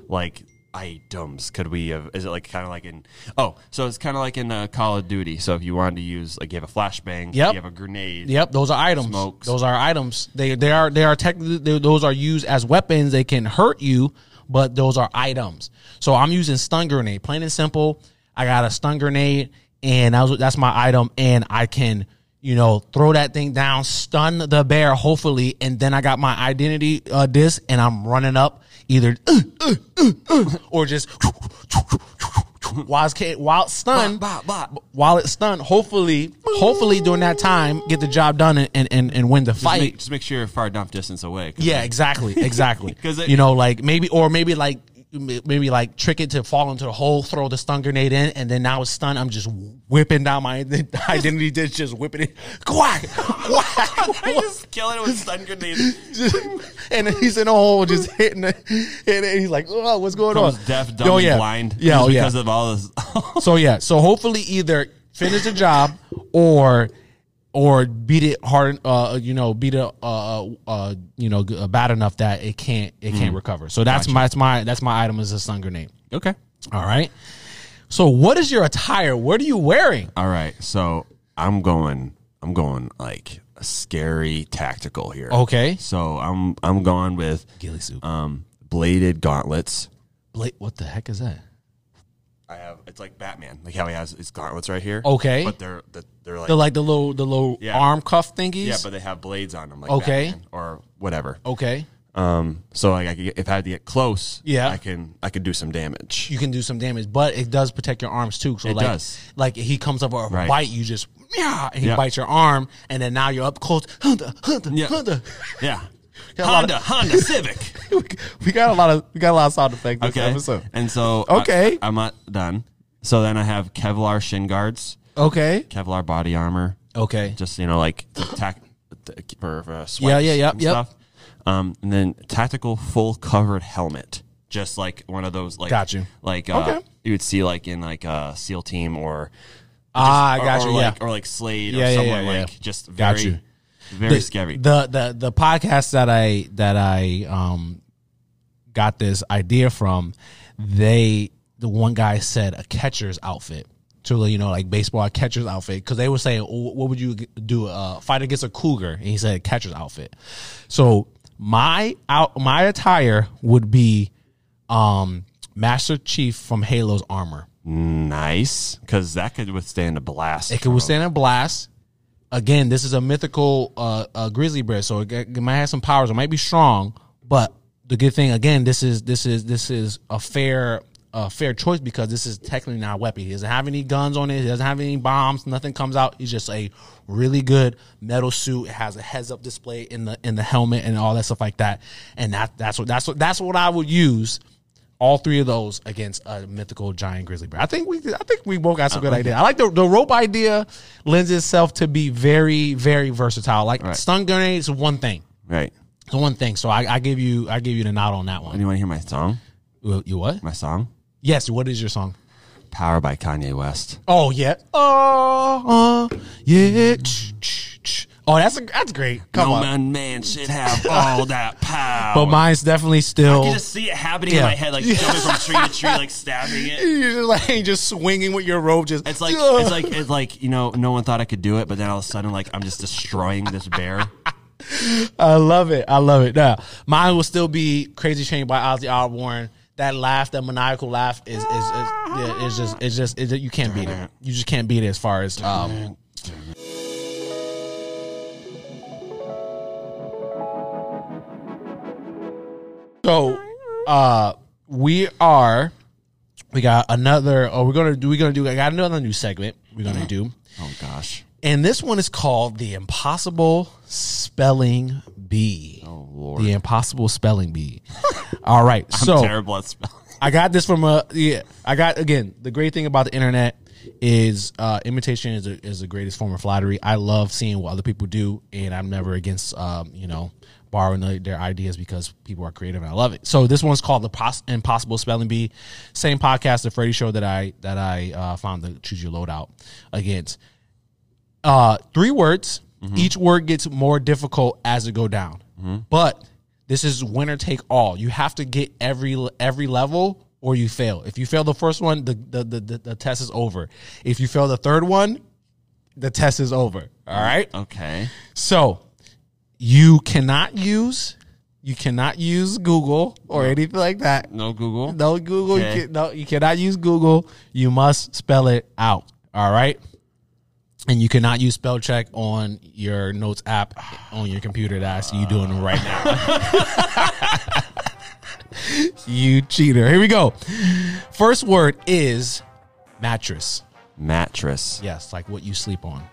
S2: like items? Could we? Have, is it like kind of like in? Oh, so it's kind of like in uh, Call of Duty. So if you wanted to use like you have a flashbang,
S1: Yep.
S2: you have a grenade.
S1: Yep, those are items.
S2: Smokes.
S1: Those are items. They they are they are technically they- those are used as weapons. They can hurt you, but those are items. So I'm using stun grenade. Plain and simple. I got a stun grenade, and that was, that's my item, and I can you know throw that thing down, stun the bear, hopefully, and then I got my identity uh, disc, and I'm running up either uh, uh, uh, uh, or just. While it's, ca- while it's stunned,
S2: Bah, bah, bah.
S1: while it's stunned, hopefully, hopefully during that time, get the job done and, and, and, and win the
S2: Just
S1: fight.
S2: make, just make sure you're far enough distance away. 'cause
S1: yeah, exactly, exactly.
S2: 'Cause it-
S1: you know, like maybe or maybe like maybe like trick it to fall into the hole, throw the stun grenade in, and then now it's stunned. I'm just whipping down my identity ditch, just whipping it. Quack, quack.
S2: I just kill it with stun grenades.
S1: Just- and then he's in a hole, just hitting it. And then he's like, "Oh, what's going
S2: Comes
S1: on?"
S2: deaf, dumb,
S1: Oh,
S2: and
S1: yeah.
S2: blind.
S1: Yeah,
S2: just
S1: oh, yeah.
S2: because of all this.
S1: So yeah, so hopefully either finish the job or or beat it hard, uh, you know, beat it, uh, uh, you know, g- uh, bad enough that it can't it can't recover. So that's my that's my that's my item is a stun grenade.
S2: okay.
S1: All right. So what is your attire? What are you wearing?
S2: All right. So I'm going. I'm going like a scary tactical here.
S1: Okay.
S2: So I'm I'm going with
S1: Ghillie suit.
S2: um bladed gauntlets.
S1: Bla- what the heck is that?
S2: I have it's like Batman, like how he has his gauntlets right here.
S1: Okay.
S2: But they're the- they're like
S1: They're like the little the little
S2: Yeah.
S1: arm cuff thingies.
S2: yeah, but they have blades on them, like
S1: Okay.
S2: Batman or whatever.
S1: okay.
S2: Um, so like I could get, if I had to get close,
S1: Yeah.
S2: I can I could do some damage.
S1: You can do some damage, but it does protect your arms too. So
S2: It
S1: like
S2: does.
S1: like he comes up with a
S2: Right.
S1: bite, you just yeah, and he
S2: Yeah.
S1: bites your arm, and then now you're up close. Hunter, hunter,
S2: Yeah.
S1: hunter.
S2: Yeah,
S1: Got a lot
S2: Honda Honda Civic.
S1: we got a lot of we got a lot of sound effects this
S2: Okay,
S1: episode.
S2: and so
S1: Okay.
S2: I, am not done. So then I have Kevlar shin guards,
S1: Okay.
S2: Kevlar body armor,
S1: Okay.
S2: just you know like to attack for, for swipes
S1: Yeah, yeah, yep,
S2: uh, and
S1: yep.
S2: stuff. Um, and then tactical full covered helmet, just like one of those like
S1: Got you.
S2: like uh,
S1: Okay.
S2: you would see like in like uh, SEAL team or
S1: ah, I
S2: or-
S1: got
S2: or
S1: you. yeah.
S2: like, or like Slade
S1: Yeah,
S2: or
S1: yeah,
S2: someone
S1: yeah, yeah.
S2: like just very
S1: Got you.
S2: very
S1: the,
S2: scary.
S1: The the the podcast that I that I um got this idea from, they the one guy said a catcher's outfit. So you know, like baseball catcher's outfit, because they were saying, "Oh, "What would you g- do? Uh, fight against a cougar?" And he said, "Catcher's outfit." So my out my attire would be, um, Master Chief from Halo's armor.
S2: nice, because that could withstand a blast.
S1: It can withstand a blast. Again, this is a mythical uh, uh, grizzly bear, so it, g- it might have some powers. It might be strong, but the good thing, again, this is this is this is a fair a fair choice because this is technically not a weapon. He doesn't have any guns on it. He doesn't have any bombs. Nothing comes out. He's just a really good metal suit. It has a heads up display in the in the helmet and all that stuff like that. And that that's what that's what that's what I would use. All three of those against a mythical giant grizzly bear. I think we, I think we both got some good idea. I like the the rope idea lends itself to be very, very versatile. Like stun grenades, is one thing,
S2: right.
S1: it's one thing. So I, I give you, I give you the nod on that one.
S2: You want to hear my song?
S1: You, you what?
S2: My song,
S1: Yes. What is your song?
S2: "Power" by Kanye West.
S1: Oh yeah. Oh uh, yeah. Ch- ch- ch. Oh, that's a, that's great. Come
S2: no
S1: on.
S2: man, man should have all that power.
S1: But mine's definitely still.
S2: You just see it happening
S1: Yeah.
S2: in my head, like jumping from tree to tree, like stabbing it.
S1: you're just like just swinging with your rope. Just
S2: It's like it's like it's like you know, no one thought I could do it, but then all of a sudden, like I'm just destroying this bear.
S1: I love it. I love it. Now, mine will still be Crazy Train by Ozzy Osbourne. That laugh, that maniacal laugh, is is, is yeah, it's just it's just it's, you can't beat it. You just can't beat it as far as um. So, uh, we are we got another. Oh, we're gonna do. We're gonna do. I got another new segment. We're gonna do.
S2: Oh gosh!
S1: And this one is called the Impossible Spelling Bee. Oh
S2: Lord.
S1: The Impossible Spelling Bee. All right, so
S2: Terrible at spelling.
S1: I got this from a yeah. I got again. The great thing about the internet is uh, imitation is a, is the greatest form of flattery. I love seeing what other people do, and I'm never against um, you know borrowing their, their ideas because people are creative and I love it. So this one's called the Pos- Impossible Spelling Bee, same podcast, the Freddy Show that I that I uh, found the Choose Your Loadout against. Uh, three words. Each word gets more difficult as it go down, but this is winner take all. You have to get every every level or you fail. If you fail the first one, the the the, the, the test is over. If you fail the third one, the test is over. All right.
S2: Okay.
S1: So you cannot use you cannot use Google or anything like that.
S2: No Google.
S1: No Google. You
S2: Okay.
S1: can, no, you cannot use Google. You must spell it out. All right. And you cannot use spell check on your notes app on your computer. That I see you doing right now. you cheater. Here we go. First word is mattress.
S2: Mattress.
S1: Yes, like what you sleep on.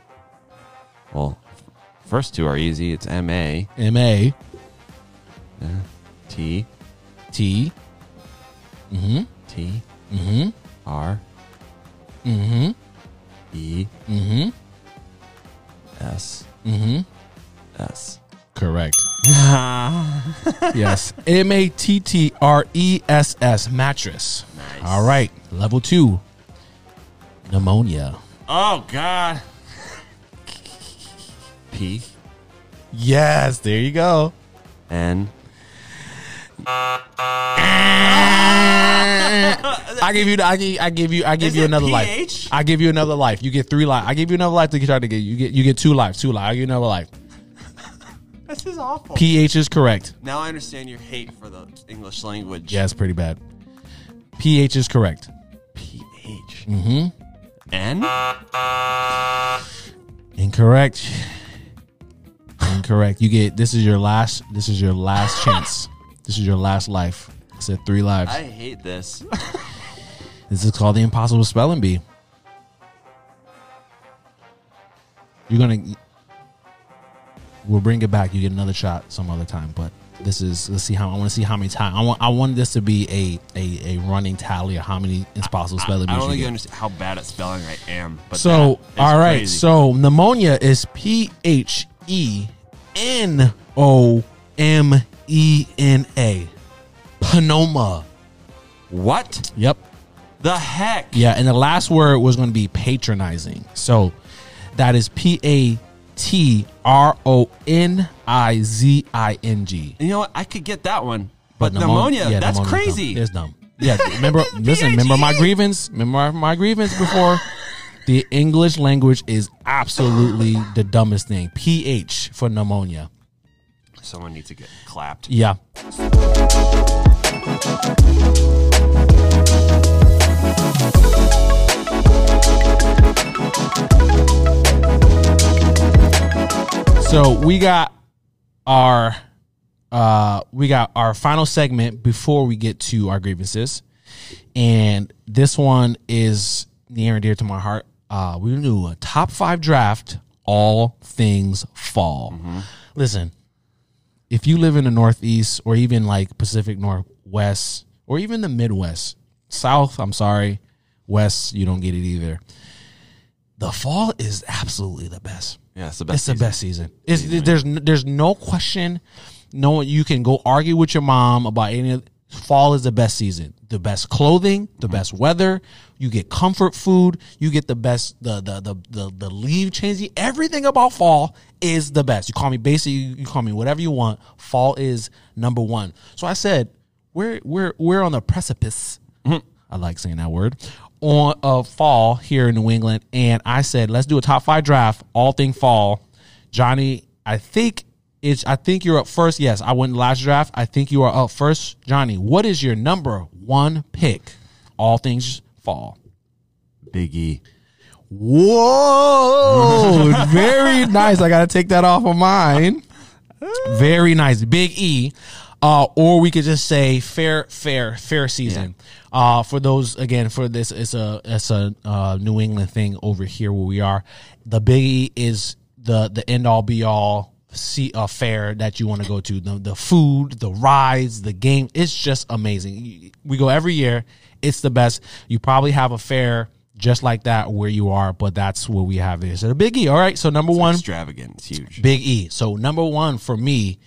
S2: Well, f- first two are easy. It's M A
S1: M A
S2: T
S1: T
S2: T R Mm-hmm. E S S.
S1: Correct. yes. M A T T R E S S mattress.
S2: Nice.
S1: All right. Level two. Pneumonia.
S2: Oh God. P
S1: Yes. There you go.
S2: N.
S1: I give you. I give. I give you. I give
S2: Is
S1: you
S2: it
S1: another
S2: PH?
S1: life. I give you another life. You get three life. I give you another life to try to get. You get. You get two lives. Two lives. I give you another life.
S2: This is awful.
S1: PH is correct.
S2: now I understand your hate for the English language.
S1: Yeah, it's pretty bad. PH is correct.
S2: P H. Mm-hmm. N.
S1: Incorrect. Incorrect. You get this is your last this is your last chance. This is your last life. I said three lives.
S2: I hate this.
S1: this is called the impossible spelling bee. You're gonna We'll bring it back. You get another shot some other time, but this is let's see how I want to see how many times I want I want this to be a a, a running tally of how many impossible spelling
S2: I
S1: bees
S2: don't
S1: you
S2: think you
S1: get.
S2: understand how bad at spelling I am. But
S1: So,
S2: that is
S1: all right.
S2: crazy.
S1: So, pneumonia is P H E N O M E N A. Panoma.
S2: what
S1: Yep.
S2: the heck?
S1: Yeah. And the last word was going to be patronizing. So, that is P A T R O N I Z I N G.
S2: You know what? I could get that one, but, pneumonia.
S1: yeah,
S2: that's
S1: pneumonia's
S2: crazy.
S1: Dumb. It's dumb. Yeah. Remember, listen,
S2: PhD.
S1: remember my grievance. Remember my grievance before. The English language is absolutely the dumbest thing. PH for pneumonia.
S2: Someone needs to get clapped.
S1: Yeah. So we got our uh we got our final segment before we get to our grievances. And this one is near and dear to my heart. Uh we're gonna do a top five draft, all things fall. Listen, if you live in the Northeast or even like Pacific Northwest or even the Midwest, South, I'm sorry, West, you don't get it either. The fall is absolutely the best.
S2: Yeah, it's the
S1: It's
S2: best.
S1: the best season. It's, there's n- there's no question. No, one- you can go argue with your mom about any. of Fall is the best season. The best clothing, the best weather. You get comfort food. You get the best the the the the, the leave changing. Everything about fall is the best. You call me basic. You, you call me whatever you want. Fall is number one. So I said we're we're we're on the precipice. I like saying that word. On of fall here in New England, and I said, let's do a top five draft, all thing fall. Johnny, I think it's I think you're up first. Yes, I went last draft. I think you are up first. Johnny, what is your number one pick? All things fall.
S2: Biggie.
S1: Whoa, very nice. I got to take that off of mine. Very nice, Big E. Uh, or we could just say fair, fair, fair season. Uh, for those again, for this, it's a it's a uh, New England thing over here where we are. The Big E is the the end all be all see uh, fair that you want to go to. The the food, the rides, the game. It's just amazing. We go every year. It's the best. You probably have a fair just like that where you are, but that's what we have here. So the Big E. All right. So number one,
S2: Extravagant. It's huge.
S1: Big E. So number one for me,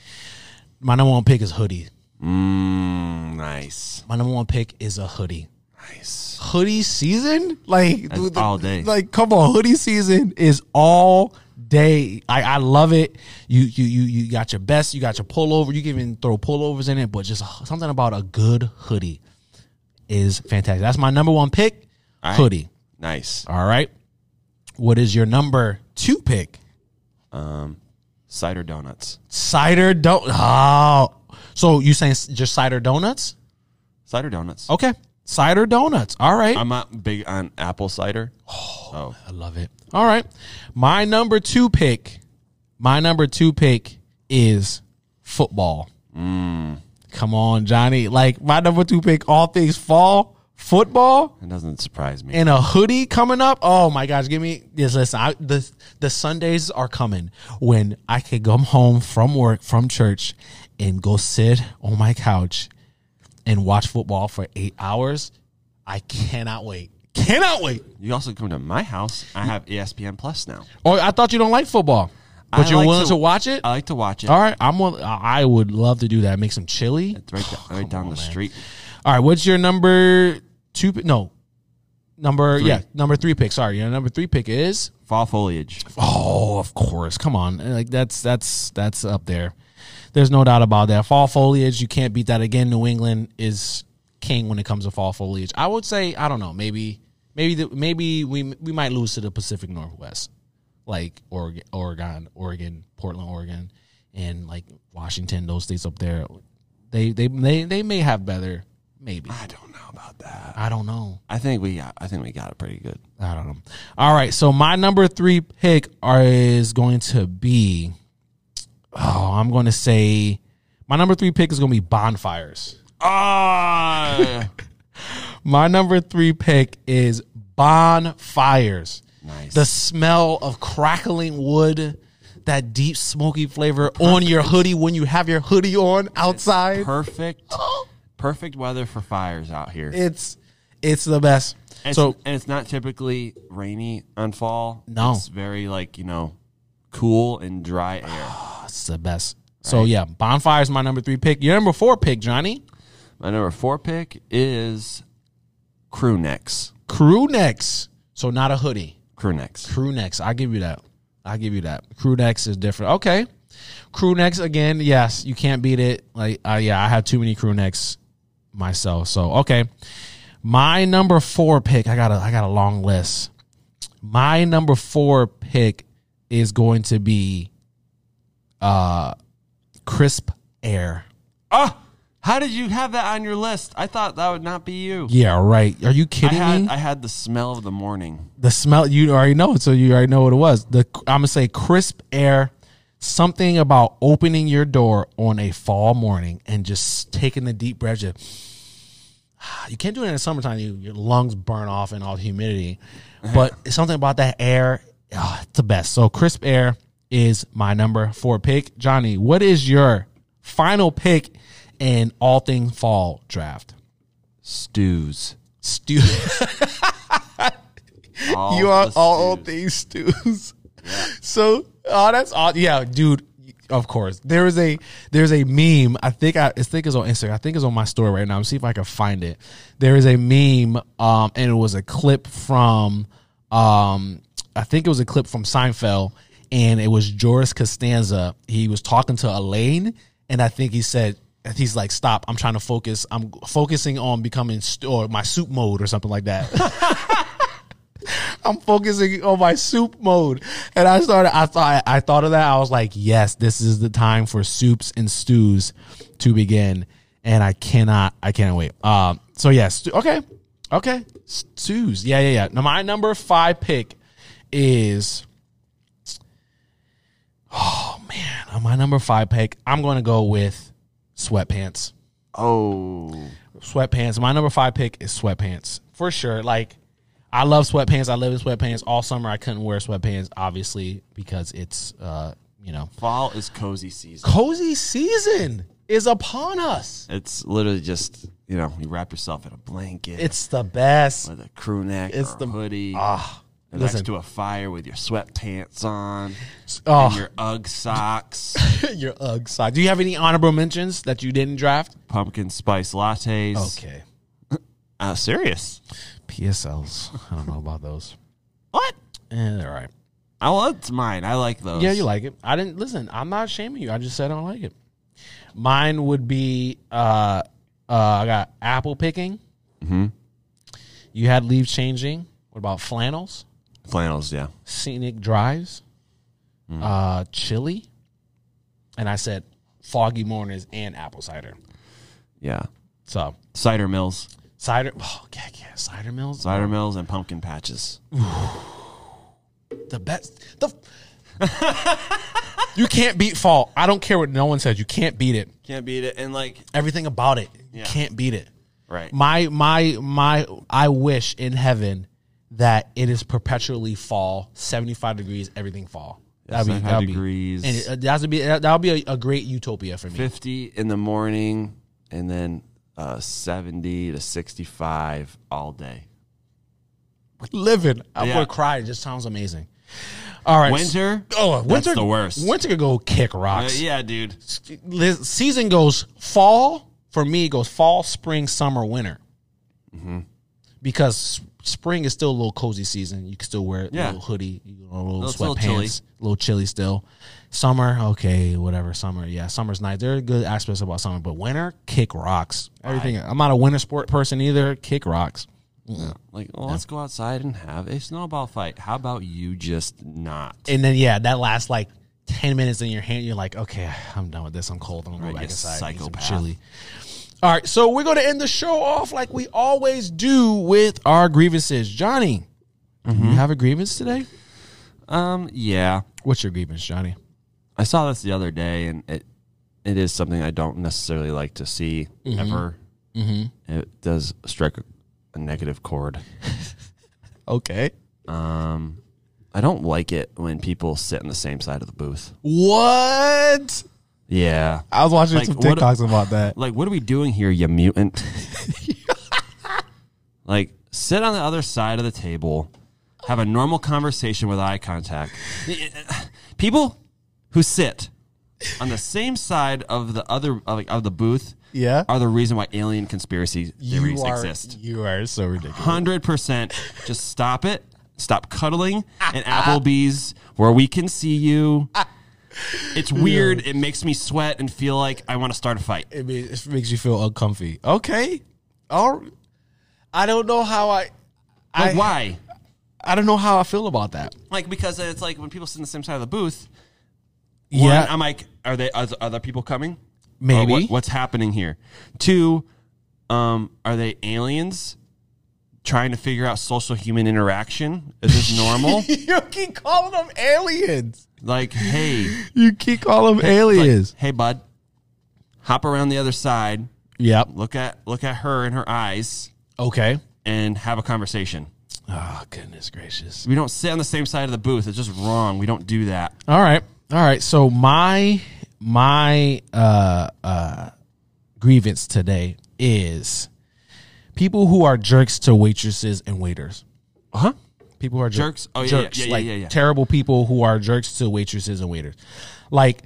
S1: my number one pick is hoodie.
S2: Mm, nice.
S1: My number one pick is a hoodie.
S2: Nice.
S1: Hoodie season, like
S2: That's all day.
S1: Like, come on, hoodie season is all day. I, I love it. You you you you got your best. You got your pullover. You can even throw pullovers in it, but just something about a good hoodie is fantastic. That's my number one pick,
S2: All right.
S1: hoodie.
S2: Nice.
S1: All right. What is your number two pick?
S2: Um, cider donuts.
S1: Cider don't. Oh, so you saying s- just cider donuts?
S2: Cider donuts.
S1: Okay, cider donuts. All right.
S2: I'm not big on apple cider. Oh,
S1: I love it. All right. My number two pick, my number two pick is football. Come on, Johnny. Like my number two pick, all things fall, football,
S2: it doesn't surprise me.
S1: and a hoodie coming up. Oh my gosh, give me this. Listen, I, the the Sundays are coming when I can come home from work, from church, and go sit on my couch and watch football for eight hours. I cannot wait. Cannot wait.
S2: You also come to my house. I have E ESPN Plus now.
S1: Or Oh, I thought you don't like football, but
S2: I
S1: you're
S2: like
S1: willing to, watch it. Oh.
S2: I like to uh, watch it.
S1: All right, I'm. Will, I I would love to do that. Make some chili.
S2: It's right, down- right down the street.
S1: All right, what's your number two? pi- No, number
S2: Three.
S1: yeah, number three pick. Sorry, your number three pick is.
S2: Fall foliage.
S1: Oh, of course. Come on, like that's that's that's up there. There's no doubt about that. Fall foliage, you can't beat that again. New England is king when it comes to fall foliage. I would say I don't know, maybe maybe the, maybe we we might lose to the Pacific Northwest, like Oregon, Oregon, Oregon, Portland, Oregon, and like Washington. Those states up there, they they they they may have better. Maybe
S2: I don't know about that.
S1: I don't know.
S2: I think we got. I think we got it pretty good.
S1: I don't know. All right, so my number three pick are, is going to be. Oh, I'm going to say my number three pick is going to be bonfires.
S2: Ah,
S1: My number three pick is bonfires.
S2: Nice.
S1: The smell of crackling wood, that deep smoky flavor on your hoodie when you have your hoodie on outside.
S2: perfect, perfect weather for fires out here.
S1: It's it's the best.
S2: And
S1: so
S2: it's, and it's not typically rainy on fall.
S1: No.
S2: it's very like you know, cool and dry air.
S1: it's the best. So yeah, bonfires my number three pick. Your number four pick, Johnny.
S2: My number four pick is crew necks.
S1: Crew necks. So not a hoodie.
S2: Crew necks.
S1: Crew necks. I give you that. I give you that. Crew necks is different. Okay. Crew necks again. Yes, you can't beat it. Like uh, yeah, I have too many crew necks myself. So okay. My number four pick. I got a I got a long list. My number four pick is going to be uh crisp air.
S2: Ah, how did you have that on your list? I thought that would not be you.
S1: Yeah, right. Are you
S2: I
S1: kidding me?
S2: had I had the smell of the morning.
S1: the smell you already know it, so you already know what it was the i'm gonna say crisp air something about opening your door on a fall morning and just taking the deep breath just, you can't do it in the summertime you, your lungs burn off and all the humidity but it's something about that air ah, it's the best so crisp air is my number four pick johnny what is your final pick in all things fall draft
S2: Stews.
S1: Stu-
S2: All
S1: you are
S2: the
S1: all
S2: stews.
S1: old things stews. So oh, that's all. Yeah, dude. Of course, there is a there's a meme. I think I, I think it's on Instagram. I think it's on my story right now. See if I can find it. There is a meme, um, and it was a clip from, um, I think it was a clip from Seinfeld, and it was Joris Costanza. He was talking to Elaine, and I think he said he's like, "Stop! I'm trying to focus. I'm focusing on becoming st- or my soup mode or something like that." I'm focusing on my soup mode. And I started I thought I thought of that. I was like, yes, this is the time for soups and stews to begin. And I cannot I cannot wait. Um so yeah, stu- okay. Okay. Stews. Yeah, yeah, yeah. Now my number five pick is Oh man, on my number five pick, I'm gonna go with sweatpants
S2: Oh,
S1: sweatpants. My number five pick is sweatpants for sure. Like, I love sweatpants. I live in sweatpants all summer. I couldn't wear sweatpants, obviously, because it's uh, you know,
S2: fall is cozy season.
S1: cozy season is upon us.
S2: It's literally just you know you wrap yourself in a blanket
S1: It's the best.
S2: with a crew neck
S1: it's
S2: or a
S1: the-
S2: hoodie.
S1: Ah,
S2: and
S1: listen.
S2: next to a fire with your sweatpants on and
S1: Oh,
S2: your UGG socks,
S1: your UGG side. Do you have any honorable mentions that you didn't draft?
S2: pumpkin spice lattes.
S1: Okay,
S2: Uh, serious?
S1: PSLs. I don't know about those.
S2: What?
S1: Eh, all right.
S2: I loved mine. I like those.
S1: Yeah, you like it. I didn't listen. I'm not shaming you. I just said I don't like it. Mine would be uh, uh, I got apple picking. You had leaves changing. What about flannels?
S2: flannels. Yeah,
S1: Scenic drives. Uh, chili. And I said foggy mornings and apple cider.
S2: yeah.
S1: So
S2: Cider mills,
S1: cider. Oh, yeah, yeah. Cider mills.
S2: cider mills, and pumpkin patches.
S1: the best. The. you can't beat fall. I don't care what no one says. You can't beat it.
S2: Can't beat it. And like,
S1: Everything about it. You
S2: Yeah.
S1: can't beat it.
S2: right?
S1: my my my i wish in heaven that it is perpetually fall 75 degrees everything fall that'd be
S2: 75
S1: that'd
S2: degrees.
S1: be, and uh, it, that'd be that'll be a, a great utopia for me
S2: Fifty in the morning, and then uh, 70 to 65 all day.
S1: Living. I'm
S2: Yeah.
S1: gonna cry. It just sounds amazing. All right.
S2: Winter?
S1: Oh, winter.
S2: That's the worst.
S1: Winter could go kick
S2: Uh,
S1: rocks.
S2: yeah, dude.
S1: Liz- season goes fall for me it goes fall spring summer winter
S2: Mm-hmm.
S1: because s- spring is still a little cozy season you can still wear a
S2: Yeah.
S1: little hoodie you know, a little
S2: It's a little
S1: sweatpants
S2: chilly.
S1: a little chilly still summer okay whatever summer yeah summer's nice there are good aspects about summer but winter kick rocks everything i'm not a winter sport person either kick rocks
S2: Like, well, let's go outside and have a snowball fight. How about you just not?
S1: and then yeah that lasts like 10 minutes in your hand you're like okay i'm done with this i'm cold i'm gonna
S2: Right,
S1: go back
S2: you
S1: inside and get some
S2: psychopath.
S1: chili all right so we're gonna end the show off like we always do with our grievances johnny do you have a grievance today
S2: Um, yeah.
S1: what's your grievance johnny
S2: I saw this the other day, and it it is something I don't necessarily like to see ever. Mm-hmm. It does strike a, a negative chord.
S1: okay
S2: Um, I don't like it when people sit on the same side of the booth.
S1: what
S2: Yeah,
S1: i was watching
S2: Like, some what- TikToks
S1: about that
S2: like what are we doing here, you mutant? like, sit on the other side of the table, have a normal conversation with eye contact. uh, People who sit on the same side of the other of, like, of the booth,
S1: Yeah.
S2: are the reason why alien conspiracy theories
S1: you are,
S2: exist.
S1: you are so ridiculous
S2: Hundred percent. Just stop it. Stop cuddling in Applebee's where we can see you. It's weird. It makes me sweat and feel like I want to start a fight.
S1: it, ma- it makes you feel uncomfy okay all i don't know how i
S2: Like
S1: I-
S2: why?
S1: i don't know how i feel about that
S2: Like because it's like when people sit on the same side of the booth. One,
S1: Yeah.
S2: I'm like, are they are the other people coming? Or
S1: Maybe.
S2: what- what's happening here? Two, um, are they aliens trying to figure out social human interaction? Is this normal?
S1: you keep calling them aliens
S2: like, hey,
S1: You keep calling them
S2: like,
S1: aliens.
S2: hey, bud, hop around the other side.
S1: yep.
S2: Look at look at her in her eyes
S1: Okay.
S2: and have a conversation.
S1: Oh goodness gracious.
S2: We don't sit on the same side of the booth. It's just wrong. We don't do that.
S1: All right. All right. So my my uh uh grievance today is people who are jerks to waitresses and waiters.
S2: Huh?
S1: People who are jerks.
S2: Uh-huh. Jerks? Oh, yeah, yeah,
S1: jerks.
S2: yeah, yeah,
S1: like
S2: yeah, yeah.
S1: terrible people who are jerks to waitresses and waiters. Like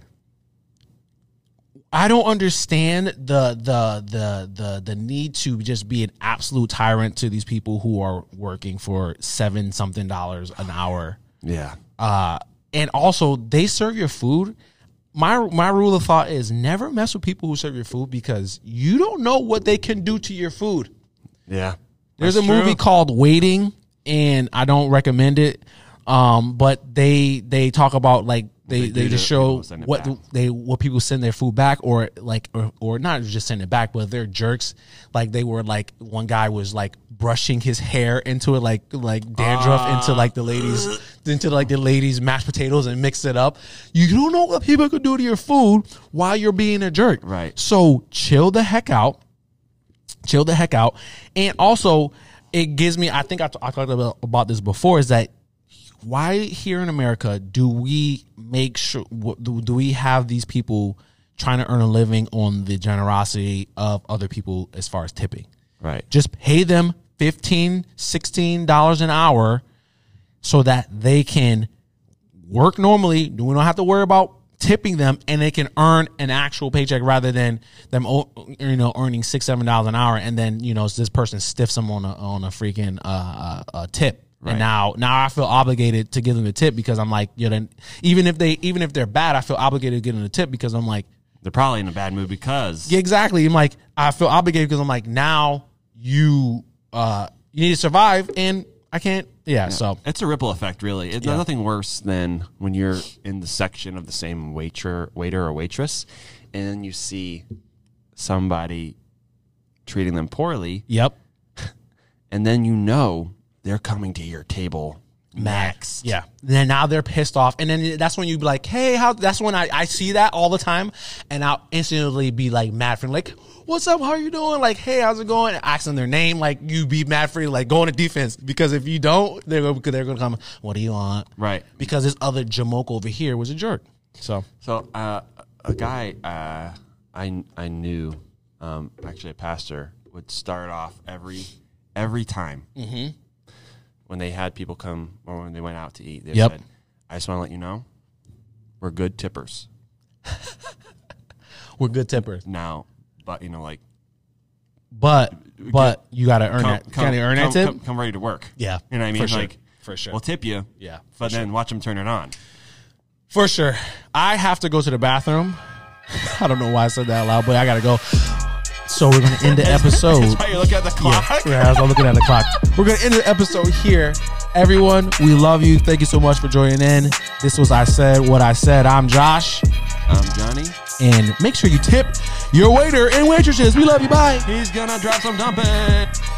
S1: I don't understand the the the the the need to just be an absolute tyrant to these people who are working for seven something dollars an hour.
S2: Yeah.
S1: Uh and also they serve your food. My my rule of thought is never mess with people who serve your food because you don't know what they can do to your food.
S2: Yeah.
S1: There's
S2: That's
S1: a
S2: true.
S1: movie called Waiting, and I don't recommend it. Um, but they they talk about like they,
S2: do
S1: they, just
S2: to
S1: show
S2: people send it
S1: what
S2: back.
S1: they what people send their food back or like or, or not just send it back, but they're jerks. Like they were like one guy was like brushing his hair into it like like dandruff into like the ladies into like the ladies mashed potatoes and mix it up. You don't know what people could do to your food while you're being a jerk.
S2: Right.
S1: So chill the heck out chill the heck out. And also, it gives me. I think I, t- I talked about, about this before. Is that why here in America do we make sure wh- do, do we have these people trying to earn a living on the generosity of other people as far as tipping?
S2: Right.
S1: Just pay them 15 dollars an hour, so that they can work normally. We don't have to worry about tipping them, and they can earn an actual paycheck rather than them, o- you know, earning six seven dollars an hour, and then you know this person stiffs them on a on a freaking uh, uh, uh, tip. And now, now I feel obligated to give them a tip because I'm like, you know, even if they, even if they're bad, I feel obligated to give them a tip because I'm like,
S2: They're probably in a bad mood because
S1: yeah, exactly. I'm like, I feel obligated because I'm like, now you, uh, you need to survive, and I can't. Yeah, so
S2: it's a ripple effect, really. It's nothing worse than when you're in the section of the same waiter, waiter or waitress, and then you see somebody treating them poorly,
S1: yep,
S2: and then you know they're coming to your table next.
S1: Yeah. Then now they're pissed off, and then that's when you be like, "Hey, how?" That's when I, I see that all the time, and I'll instantly be like mad for like, "What's up? How you doing?" Like, "Hey, how's it going?" And asking their name, like you be mad for like going to defense because if you don't, they're gonna, they're gonna come. What do you want?
S2: Right.
S1: Because this other jamoke over here was a jerk. So
S2: So uh, a guy uh, I I knew um, actually a pastor would start off every every time
S1: Mm-hmm.
S2: when they had people come or when they went out to eat. They
S1: Yep.
S2: said, "I just want to let you know, we're good tippers
S1: We're good tippers,
S2: now." But you know, like
S1: but but you gotta earn that. You gotta earn
S2: come,
S1: that tip.
S2: Come, come ready to work.
S1: Yeah,
S2: you know what I mean.
S1: for sure,
S2: Like
S1: for sure.
S2: we'll tip you.
S1: Yeah, for
S2: but then watch them turn it on.
S1: For sure. I have to go to the bathroom. I don't know why I said that loud, but I gotta go. So we're gonna end the episode.
S2: That's why you look at the clock.
S1: Yeah, yeah, I was looking at the clock. We're gonna end the episode here. Everyone, we love you. Thank you so much for joining in. This was I Said What I Said. I'm Josh.
S2: I'm Johnny.
S1: And make sure you tip your waiter and waitresses. We love you. Bye.
S2: He's gonna drop some dumping.